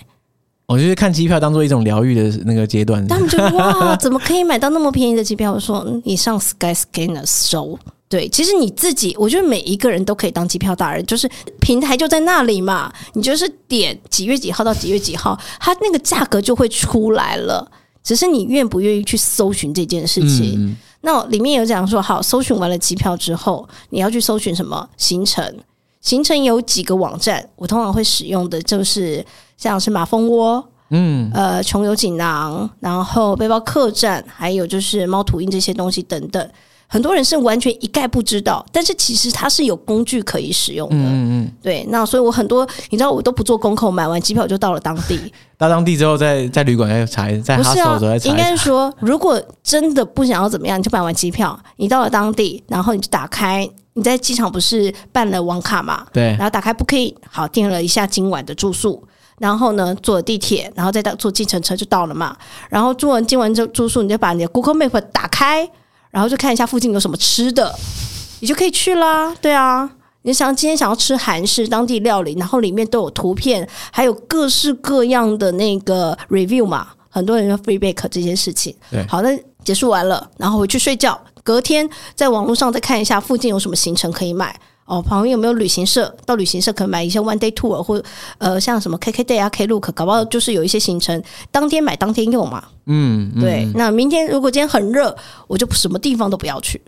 我哦就是看机票当做一种疗愈的那个阶段。
他们就哇，怎么可以买到那么便宜的机票？我说嗯你上 Skyscanner 搜。对，其实你自己，我觉得每一个人都可以当机票达人，就是平台就在那里嘛，你就是点几月几号到几月几号，它那个价格就会出来了。只是你愿不愿意去搜寻这件事情。
嗯，
那里面有讲说，好，搜寻完了机票之后，你要去搜寻什么行程？行程有几个网站，我通常会使用的就是像是马蜂窝，嗯，呃，穷游锦囊，然后背包客栈，还有就是猫土印这些东西等等。很多人是完全一概不知道，但是其实它是有工具可以使用的。嗯嗯，对。那所以我很多，你知道，我都不做功课，买完机票我就到了当地。
到当地之后在，在旅馆再查一，在
不
哈
是
手
啊
的时候再，查
应
一查
该说，如果真的不想要怎么样，你就买完机票，你到了当地，然后你就打开，你在机场不是办了网卡嘛，
对
然后打开 Booking，好订了一下今晚的住宿，然后呢坐地铁，然后再到坐计程车就到了嘛。然后住完今晚住住宿，你就把你的 Google Map 打开，然后就看一下附近有什么吃的，你就可以去啦。对啊，你想今天想要吃韩式当地料理，然后里面都有图片，还有各式各样的那个 review 嘛，很多人说 feedback 这些事情。
对
好，那结束完了，然后回去睡觉，隔天在网络上再看一下附近有什么行程可以买。哦，旁边有没有旅行社？到旅行社可能买一些 one day tour 或呃，像什么 KK day 啊、Klook，搞不好就是有一些行程当天买当天用嘛。
嗯，嗯
对，那明天如果今天很热，我就什么地方都不要去。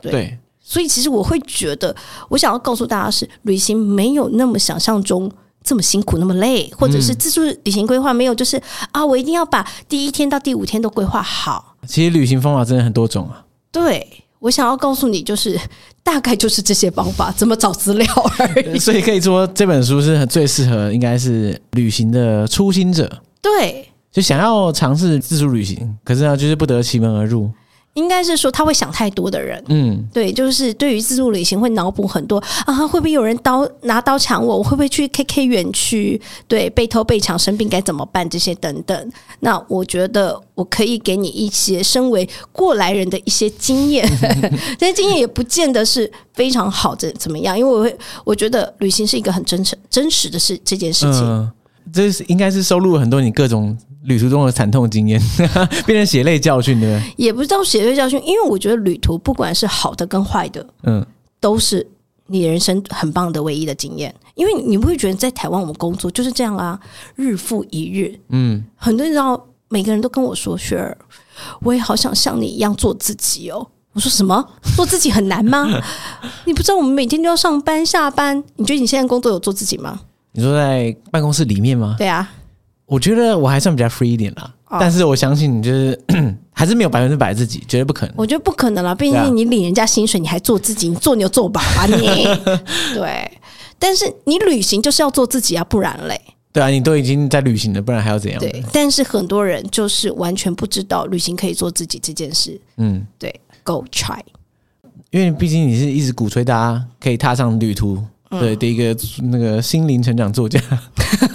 对
对，
所以其实我会觉得，我想要告诉大家是，旅行没有那么想象中这么辛苦、那么累，或
嗯
者是自助旅行规划没有，就是啊，我一定要把第一天到第五天都规划好。
其实旅行方法真的很多种啊。
对我想要告诉你，就是大概就是这些方法，怎么找资料而已。
所以可以说这本书是很最适合，应该是旅行的初心者，
对，
就想要尝试自助旅行，可是呢，就是不得其门而入。
应该是说他会想太多的人。
嗯，
对，就是对于自助旅行会脑补很多啊，会不会有人刀拿刀抢我？我会不会去 KK 园区？对，被偷被抢生病该怎么办？这些等等。那我觉得我可以给你一些身为过来人的一些经验，这些经验也不见得是非常好的怎么样，因为我会我觉得旅行是一个很真诚真实的事这件事情。
嗯这是应该是收录了很多你各种旅途中的惨痛经验， 变成血泪教训，对不对？
也不知道血泪教训，因为我觉得旅途不管是好的跟坏的，
嗯，
都是你人生很棒的唯一的经验。因为你不会觉得在台湾我们工作就是这样啊，日复一日。
嗯，
很多人知道，每个人都跟我说：“雪儿，我也好想像你一样做自己哦。”我说什么？做自己很难吗？ 你不知道我们每天都要上班下班，你觉得你现在工作有做自己吗？
你说在办公室里面吗？
对啊，
我觉得我还算比较 free 一点啦，
哦
但是我相信你就是还是没有 百分之百自己，绝对不可能。
我觉得不可能了，毕
对啊
竟你领人家薪水，你还做自己，你做牛做马吧你。对，但是你旅行就是要做自己啊，不然嘞。
对啊，你都已经在旅行了，不然还要怎样？
对，，但是很多人就是完全不知道旅行可以做自己这件事。
嗯，
对，Go try。
因为毕竟你是一直鼓吹大家可以踏上旅途。
嗯
对的一个那个心灵成长作家，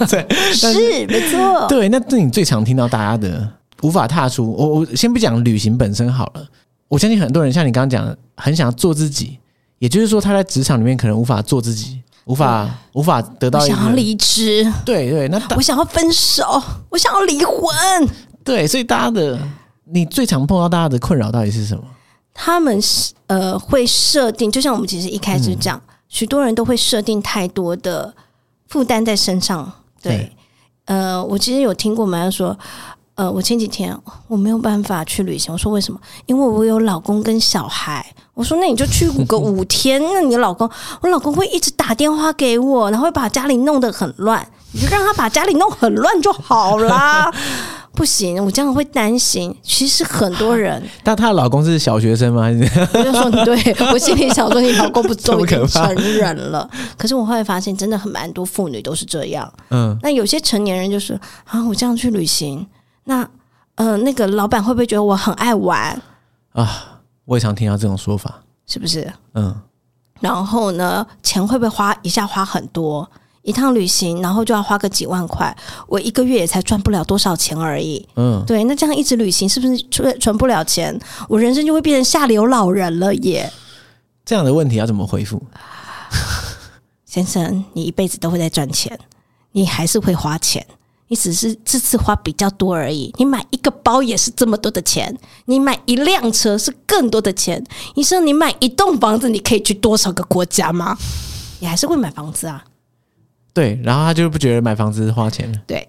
但
是没错，
对，那这你最常听到大家的无法踏出。我我先不讲旅行本身好了，我相信很多人像你刚刚讲，的，很想做自己，也就是说他在职场里面可能无法做自己，无法无法得
我
到一
想要
个
离职，
对对，那大
我想要分手，我想要离婚。
对，所以大家的你最常碰到大家的困扰到底是什么？
他们是呃会设定，就像我们其实一开始讲，许、多人都会设定太多的负担在身上。对，
对
呃，我其实有听过蛮多说，呃，我前几天我没有办法去旅行，我说为什么？因为我有老公跟小孩。我说那你就去五个五天，那你老公，我老公会一直打电话给我，然后会把家里弄得很乱，你就让他把家里弄很乱就好啦。 不行，我这样会担心。其实很多人
但她的老公是小学生吗？还是
我就说你对我心里想说你老公不
这
都
么
已经
可怕
成人了，可是我后来发现真的很蛮多妇女都是这样。
嗯，
那有些成年人就是啊，我这样去旅行，那呃那个老板会不会觉得我很爱玩？
我也常听到这种说法。
是不是？
嗯，
然后呢，钱会不会花一下花很多？一趟旅行，然后就要花个几万块，我一个月也才赚不了多少钱而已。
嗯，
对，那这样一直旅行，是不是存存不了钱？我人生就会变成下流老人了耶，
这样的问题要怎么回复？
先生，你一辈子都会在赚钱，你还是会花钱，你只是这次花比较多而已。你买一个包也是这么多的钱，你买一辆车是更多的钱。你说你买一栋房子，你可以去多少个国家吗？你还是会买房子啊？
对，然后他就不觉得买房子是花钱了。
对，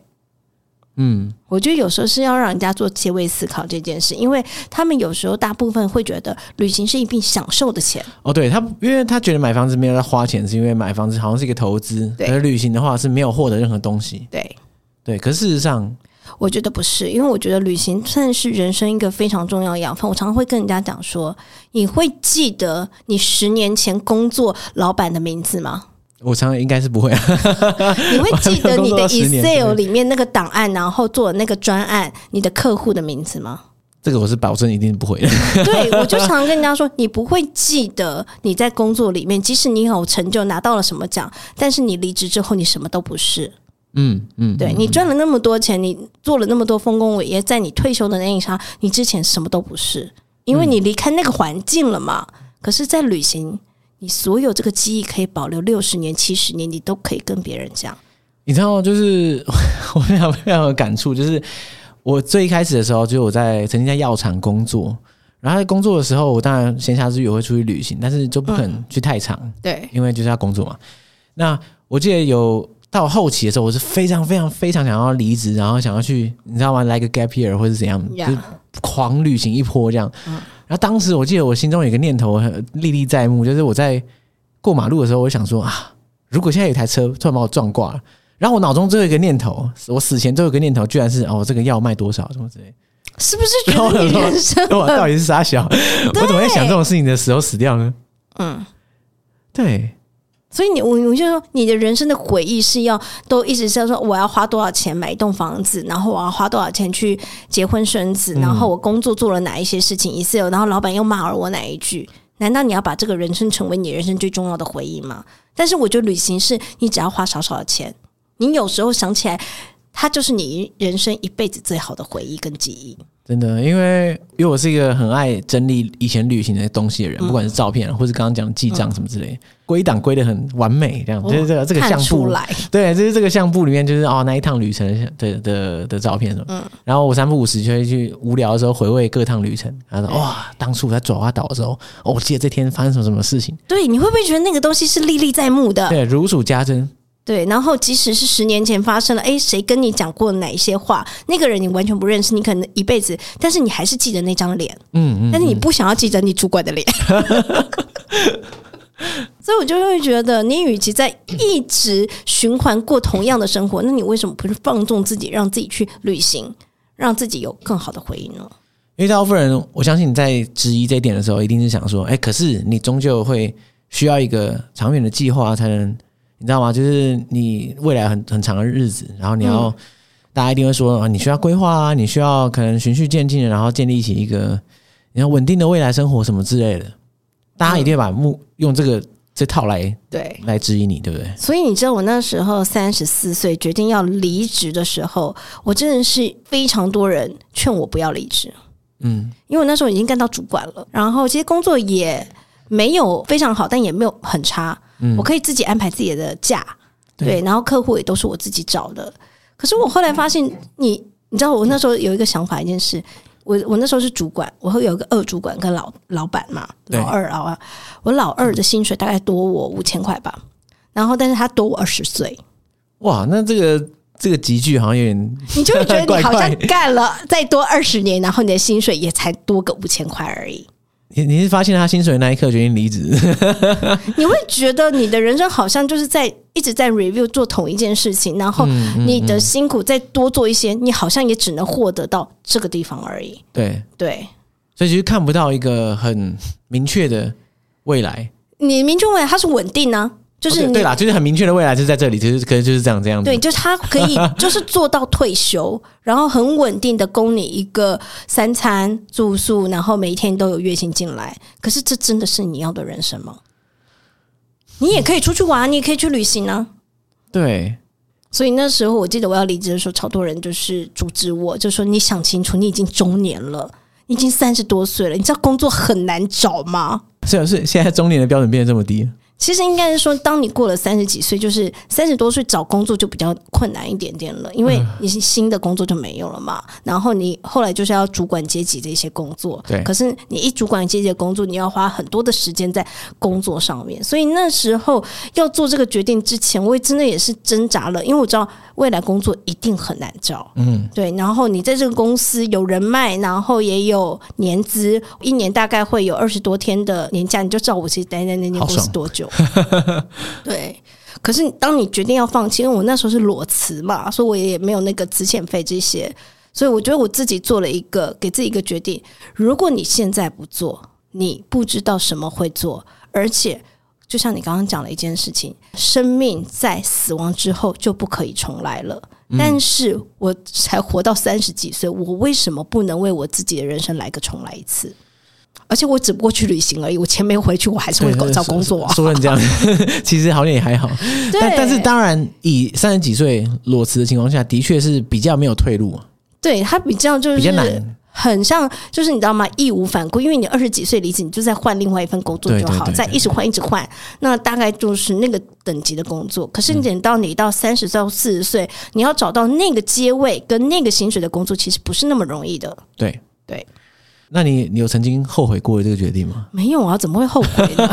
嗯，
我觉得有时候是要让人家做切位思考这件事，因为他们有时候大部分会觉得旅行是一笔享受的钱，
哦，对他，因为他觉得买房子没有在花钱，是因为买房子好像是一个投资，
对
而旅行的话是没有获得任何东西。
对。
对，可事实上，
我觉得不是，因为我觉得旅行算是人生一个非常重要的养分。我常常会跟人家讲说，你会记得你十年前工作老板的名 字吗？
我常常应该是不会、 啊。
你会记得你的
我还没有工作到10年
Excel 里面那个档案，然后做的那个专案，你的客户的名字吗？
这个我是保证一定不会的。
对，我就常常跟人家说，你不会记得你在工作里面，即使你有成就拿到了什么奖，但是你离职之后你什么都不是。
嗯嗯，
对你赚了那么多钱，你做了那么多丰功伟业，在你退休的那一刹，你之前什么都不是，因为你离开那个环境了嘛。可是，在旅行，你所有这个记忆可以保留六十年、七十年，你都可以跟别人讲。
你知道，就是 我非常非常有感触，就是我最一开始的时候，就是我在曾经在药厂工作，然后在工作的时候，我当然闲暇之余也会出去旅行，但是就不肯去太长，
对，
因为就是要工作嘛。那我记得有到后期的时候，我是非常非常非常想要离职，然后想要去，你知道吗？来个 gap year 或是怎样就
Yeah
是狂旅行一波这样。
嗯
然后当时我记得我心中有一个念头很历历在目，就是我在过马路的时候，我就想说啊，如果现在有一台车突然把我撞挂了。然后我脑中最后一个念头，我死前最后一个念头，居然是哦，这个药卖多少什么之类的。
是不是觉得你人 生
我到
很
底是傻小？我怎么在想这种事情的时候死掉呢？
嗯？
对，
所以你我我就说，你的人生的回忆是要都一直是要说，我要花多少钱买一栋房子，然后我要花多少钱去结婚生子，
嗯
然后我工作做了哪一些事情一次，然后老板又骂了我哪一句。难道你要把这个人生成为你人生最重要的回忆吗？但是我觉得旅行是你只要花少少的钱，你有时候想起来，它就是你人生一辈子最好的回忆跟记忆。
真的，因为因为我是一个很爱整理以前旅行的东西的
嗯
人，不管是照片啊或是刚刚讲记账什么之类的，归档归的很完美，这样
我
就是这个这个
看
相
出
簿，
来，
对，就是这个相簿里面就是哦那一趟旅程的的的的照片什么，然后我三不五时就会去无聊的时候回味各趟旅程，然后说哇，当初我在爪哇岛的时候，哦，我记得这天发生什么什么事情，
对，你会不会觉得那个东西是历历在目的？
对，如数家珍，
对，然后即使是十年前发生了，哎，谁跟你讲过哪一些话，那个人你完全不认识，你可能一辈子，但是你还是记得那张脸，
嗯嗯，
但是你不想要记得你主管的脸。 所以我就会觉得，你与其在一直循环过同样的生活，那你为什么不是放纵自己，让自己去旅行，让自己有更好的回忆呢？
因为大部分人，我相信你在质疑这一点的时候，一定是想说，哎、可是你终究会需要一个长远的计划，才能，你知道吗？就是你未来很很长的日子，然后你要，大家一定会说，啊，你需要规划啊，你需要可能循序渐进的，然后建立起一个你要稳定的未来生活什么之类的，大家一定会把目用这个这套来
对，
来质疑你，对不对？
所以你知道我那时候三十四岁决定要离职的时候，我真的是非常多人劝我不要离职，
嗯，
因为我那时候已经干到主管了，然后其实工作也没有非常好，但也没有很差，我可以自己安排自己的假，
嗯对
对，然后客户也都是我自己找的。可是我后来发现你，你知道我那时候有一个想法，一件事，我我那时候是主管，我会有一个二主管跟老老板嘛，
对
老二老啊，我老二的薪水大概多我五千块吧，然后但是他多我二十岁，
哇，那这个这个集聚好像有点
你就会觉得
怪
你好像
怪
干了再多二十年，然后你的薪水也才多个五千块而已。
你你是发现他薪水的那一刻决定离职，
你会觉得你的人生好像就是在一直在 review 做同一件事情，然后
嗯
你的辛苦再多做一些，你好像也只能获得到这个地方而已。
对。
对，
所以其实看不到一个很明确的未来。
你民众未来它是稳定呢、就
哦
是
对
你、
对啦，就是很明确的未来就是在这里，就是可能就是这样这样子。
对，就是他可以就是做到退休，然后很稳定的供你一个三餐住宿，然后每一天都有月薪进来。可是这真的是你要的人生吗？你也可以出去玩，你也可以去旅行啊。
对
所以那时候我记得我要离职的时候，超多人就是阻止我，就说你想清楚，你已经中年了，你已经三十多岁了，你知道工作很难找吗？
是是现在中年的标准变得这么低，
其实应该是说，当你过了三十几岁，就是三十多岁找工作就比较困难一点点了，因为你是新的工作就没有了嘛。然后你后来就是要主管阶级的一些工作，
对
可是你一主管阶级的工作，你要花很多的时间在工作上面，所以那时候要做这个决定之前，我也真的也是挣扎了，因为我知道未来工作一定很难找。
嗯，
对，然后你在这个公司有人脉，然后也有年资，一年大概会有二十多天的年假，你就知道我其实待在那间
好
公司
爽
多久。 对，可是当你决定要放弃，因为我那时候是裸辞嘛，所以我也没有那个资遣费这些，所以我觉得我自己做了一个给自己一个决定：如果你现在不做，你不知道什么会做，而且。就像你刚刚讲的一件事情，生命在死亡之后就不可以重来了。
嗯
但是我才活到三十几岁，我为什么不能为我自己的人生来个重来一次？而且我只不过去旅行而已，我钱没回去，我还是会
对
找工作啊。
说说 成这样，其实好像也还好。
对
但但是当然，以三十几岁裸辞的情况下，的确是比较没有退路，
对他比较就
比较
是
难。
很像，就是你知道吗？义无反顾，因为你二十几岁离职，你就再换另外一份工作
对
就好，
对对
再
对
一直换一直换，那大概就是那个等级的工作。可是你等到你到三十到四十岁，你要找到那个阶位跟那个薪水的工作，其实不是那么容易的。
对
对。
那你你有曾经后悔过这个决定吗？
没有啊，怎么会后悔呢？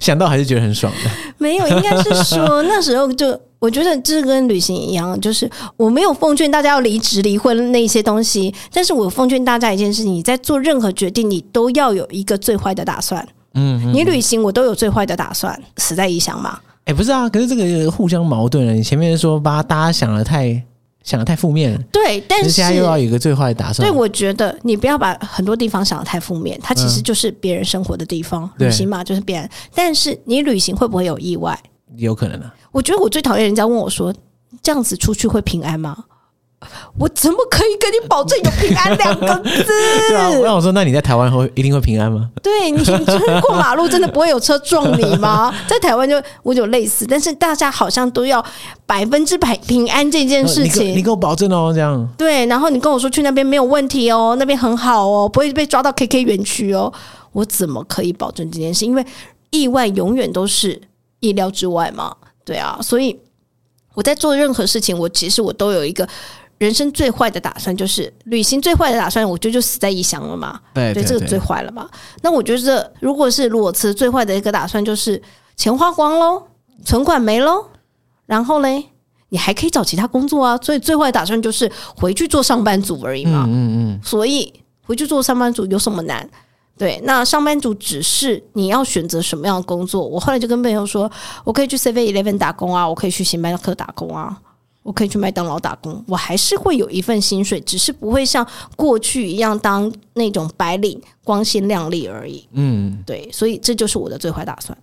想到还是觉得很爽 的。
没有，应该是 说那时候就我觉得这跟旅行一样，就是我没有奉劝大家要离职、离婚那些东西，但是我奉劝大家一件事情：你在做任何决定，你都要有一个最坏的打算。
嗯，
你旅行，我都有最坏的打算，死在异乡嘛。
哎、不是啊，可是这个互相矛盾啊了。你前面说把大家想的太想的太负面了，
对，但
可
是
现在又要有一个最坏的打算
对，。我觉得你不要把很多地方想得太负面，它其实就是别人生活的地方，
嗯对
旅行嘛就是别人。但是你旅行会不会有意外？
有可能啊。
我觉得我最讨厌人家问我说：“这样子出去会平安吗？”我怎么可以跟你保证有平安两个
对啊，
字？
那我说，那你在台湾会一定会平安吗？
对你就是过马路真的不会有车撞你 吗？在台湾就我有类似，但是大家好像都要百分之百平安这件事
你给我你
情。
给我保证哦，这样。
对，然后你跟我说去那边没有问题哦，那边很好哦，不会被抓到 KK 园区哦。我怎么可以保证这件事？因为意外永远都是意料之外嘛。对啊，所以我在做任何事情，我其实我都有一个人生最坏的打算，就是旅行最坏的打算，我就就死在异乡了嘛。
哎对
对，这个最坏了嘛。那我觉得，如果是裸辞，最坏的一个打算就是钱花光喽，存款没喽，然后嘞，你还可以找其他工作啊。所以最坏的打算就是回去做上班族而已嘛。
嗯嗯
所以回去做上班族有什么难？对，那上班族只是你要选择什么样的工作。我后来就跟朋友说，我可以去 Seven Eleven 打工啊，我可以去星巴克打工啊，我可以去麦当劳打工，我还是会有一份薪水，只是不会像过去一样当那种白领光鲜亮丽而已。
嗯，
对，所以这就是我的最坏打算。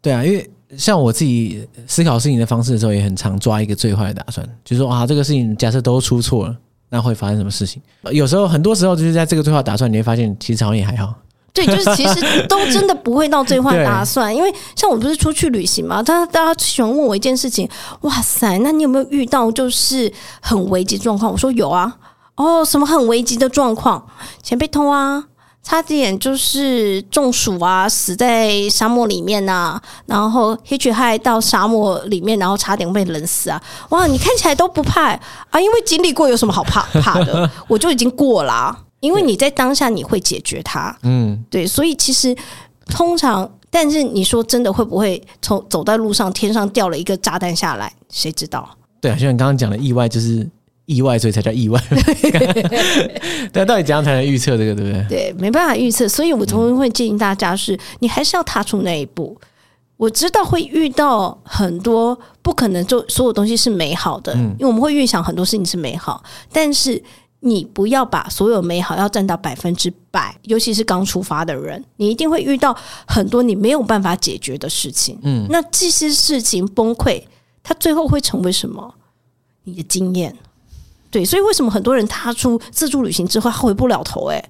对啊，因为像我自己思考事情的方式的时候，也很常抓一个最坏的打算，就是说啊，这个事情假设都出错了，那会发生什么事情？呃有时候很多时候就是在这个最坏的打算，你会发现其实好像也还好。
对，就是其实都真的不会到最坏打算，因为像我不是出去旅行嘛，大家大家喜欢问我一件事情，哇塞，那你有没有遇到就是很危急状况？我说有啊，哦，什么很危急的状况？钱被偷啊，差点就是中暑啊，死在沙漠里面呐、然后黑取害到沙漠里面，然后差点被冷死啊！哇，你看起来都不怕、啊，因为经历过有什么好怕怕的？我就已经过啦、因为你在当下你会解决它，
嗯，
对，所以其实通常，但是你说真的会不会从走在路上天上掉了一个炸弹下来？谁知道？
对啊，就像你刚刚讲的，意外就是意外，所以才叫意外。 但到底怎样才能预测这个，对不对？
对，没办法预测，所以我通常会建议大家是，你还是要踏出那一步。我知道会遇到很多不可能就所有东西是美好的，因为我们会预想很多事情是美好，但是你不要把所有美好要占到百分之百，尤其是刚出发的人，你一定会遇到很多你没有办法解决的事情。嗯，那这些事情崩溃，它最后会成为什么？你的经验。对，所以为什么很多人踏出自助旅行之后，他回不了头、欸？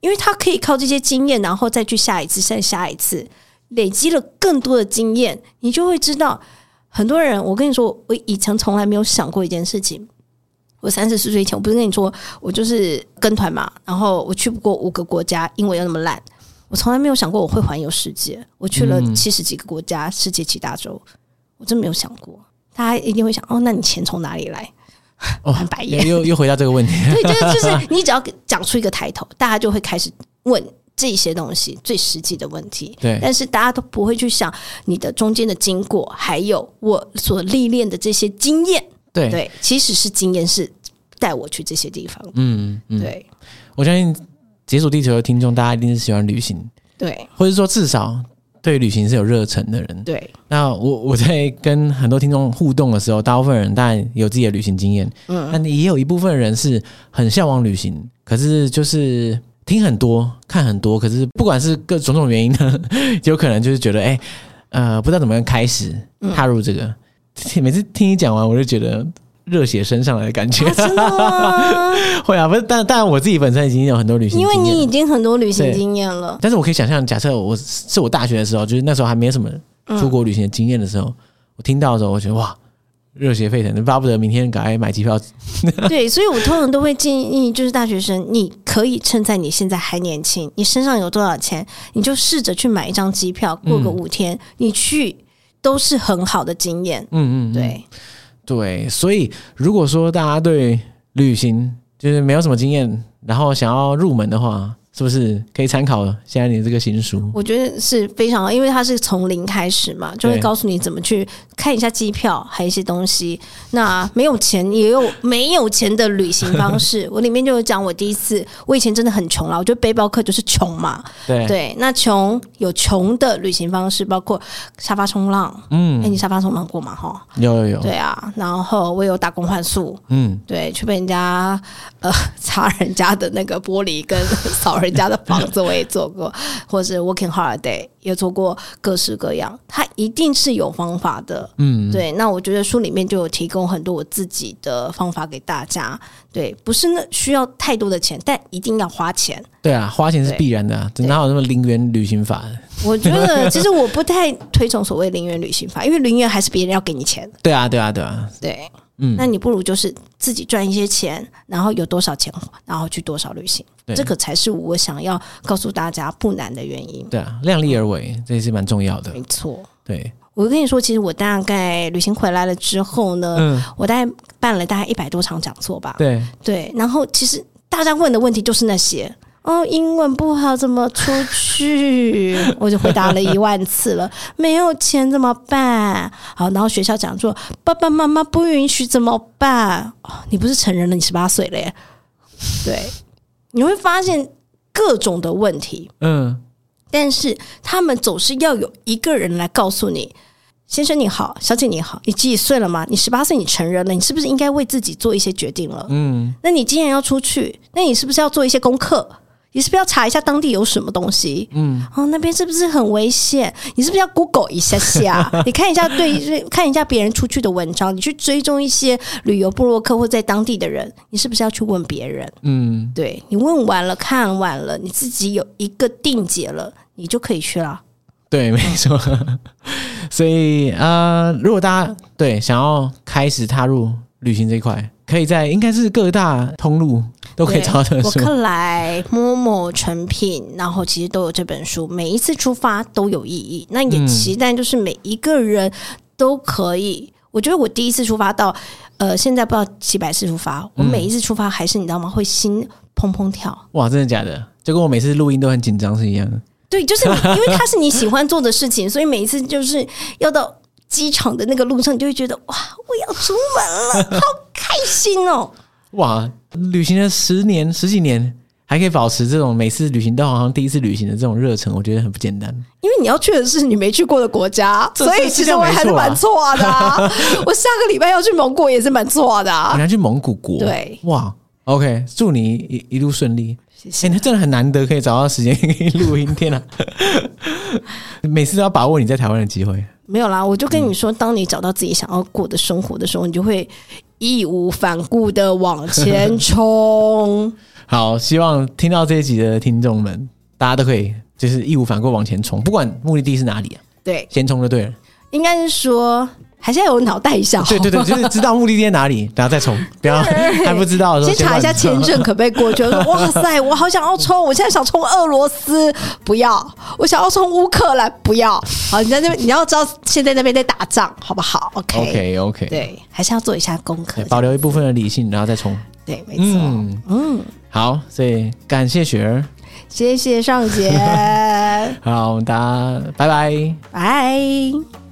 因为他可以靠这些经验，然后再去下一次，再下一次，累积了更多的经验，你就会知道。很多人，我跟你说，我以前从来没有想过一件事情。我三十四岁以前，我不是跟你说，我就是跟团嘛，然后我去不过五个国家，英文又那么烂，我从来没有想过我会环游世界。我去了七十几个国家，世界七大洲，我真没有想过。大家一定会想，哦，那你钱从哪里来？
哦
翻白眼
又又又回到这个问题。
对，就是就是你只要讲出一个抬头，大家就会开始问这些东西最实际的问题。
对
但是大家都不会去想你的中间的经过，还有我所历练的这些经验。
对，
对，其实是经验是带我去这些地方。
嗯嗯，
对
我相信解锁地球的听众，大家一定是喜欢旅行，
对
或者说至少对旅行是有热忱的人。
对，
那我我在跟很多听众互动的时候，大部分人当然有自己的旅行经验，嗯，但也有一部分人是很向往旅行，可是就是听很多、看很多，可是不管是各种种原因呢， 有可能就是觉得哎、呃，不知道怎么样开始
嗯
踏入这个。每次听你讲完，我就觉得热血升上来的感觉
啊、，真的 吗？
会啊，不是，但但我自己本身已经有很多旅行
因为
经验
你
了
已经很多旅行
对
经验了。
但是我可以想象，假设我是我大学的时候，就是那时候还没有什么
嗯
出国旅行的经验的时候，我听到的时候，我觉得哇，热血沸腾，巴不得明天赶快买机票。
对，所以我通常都会建议，就是大学生，你可以趁在你现在还年轻，你身上有多少钱，你就试着去买一张机票，过个五天，你去都是很好的经验。
嗯嗯，
对，
对。所以如果说大家对旅行就是没有什么经验，然后想要入门的话，是不是可以参考现在你的这个新书？
我觉得是非常好，因为它是从零开始嘛，就会
对
告诉你怎么去看一下机票，还有一些东西。那没有钱也有没有钱的旅行方式，我里面就有讲，我第一次，我以前真的很穷啦，我觉得背包客就是穷嘛，
对，
对，那穷有穷的旅行方式，包括沙发冲浪。哎、
嗯，哦
你沙发冲浪过吗？哈，
有有有，
对啊。然后我有打工换宿，
嗯，
对，去被人家呃 擦人 家的那个玻璃跟扫人家的房子，我也做过，或是 working holiday 也也做过各式各样，它一定是有方法的。
嗯，
对，那我觉得书里面就有提供很多我自己的方法给大家。对，不是那需要太多的钱，但一定要花钱。
对啊，花钱是必然的啊，
对
哪有那么零元旅行法的？
我觉得其实我不太推崇所谓零元旅行法，因为零元还是别人要给你钱。
对啊，对啊，对啊，
对，
嗯，
那你不如就是自己赚一些钱，然后有多少钱，然后去多少旅行，
对
这个才是我想要告诉大家不难的原因。
对啊，量力而为，这也是蛮重要的
没。错，
对，
我跟你说，其实我大概旅行回来了之后呢，
嗯，
我大概办了大概一百多场讲座吧。
对，
对，然后其实大家问的问题就是那些。哦，英文不好怎么出去？ 我就回答了一万次了，没有钱怎么办？好，然后学校讲座，爸爸妈妈不允许怎么办？哦、你不是成人了，你十八岁了耶。对，你会发现各种的问题，
嗯，
但是他们总是要有一个人来告诉你：“先生你好，小姐你好，你几岁了吗？你十八岁，你成人了，你是不是应该为自己做一些决定了？嗯，那你既然要出去，那你是不是要做一些功课？”你是不是要查一下当地有什么东西？嗯，哦，那边是不是很危险？你是不是要 Google 一下下？你看一下对，看一下别人出去的文章，你去追踪一些旅游部落客或在当地的人，你是不是要去问别人？
嗯，
对你问完了、看完了，你自己有一个定解了，你就可以去了。
对，没错。 所以呃，如果大家对想要开始踏入旅行这一块，可以在应该是各大通路都可以
对
找到 这本
我
书。
克莱、摸摸成品，然后其实都有这本书，每一次出发都有意义。那也期待就是每一个人都可以。我觉得我第一次出发到呃，现在不知道几百次出发，我每一次出发还是你知道吗？会心砰砰跳。
哇，真的假的？就跟我每次录音都很紧张是一样的。
对，就是你因为它是你喜欢做的事情，所以每一次就是要到机场的那个路上，你就会觉得哇，我要出门了，好开心哦！
哇，旅行了十年十几年，还可以保持这种每次旅行都好像第一次旅行的这种热忱，我觉得很不简单。
因为你要去的是你没去过的国家，
这
所以
这
其
这
实
样
我
没
还是
错啊
蛮错的、 啊。我下个礼拜要去蒙古也是蛮错的、
你
啊，
要去蒙古国，
对，
哇，OK，祝你一一路顺利。
谢
哎、
谢。
那真的很难得可以找到时间可以录音，天啊！ 每次都要把握你在台湾的机会。
没有啦，我就跟你说，当你找到自己想要过的生活的时候，你就会义无反顾的往前 冲。
好，希望听到这一集的听众们，大家都可以就是义无反顾往前冲，不管目的地是哪里啊，
对，
先冲就对了。
应该是说还是要有脑袋一下好。
对对对，就是知道目的地在哪里，然后再冲，不要 还不知道的时候
先查一下
乱冲
签 证可不可以过去。我说哇塞，我好想要冲，我现在想冲俄罗斯，不要；我想要冲乌克兰，不要。好，你在那边你要知道现在那边在打仗，好不好？OK，,
OK OK，
对，还是要做一下功课
对，。保留一部分的理性，然后再冲。
对，没错。
嗯嗯，好，所以感谢雪儿，
谢谢尚杰，
好，我们大家拜拜。
拜。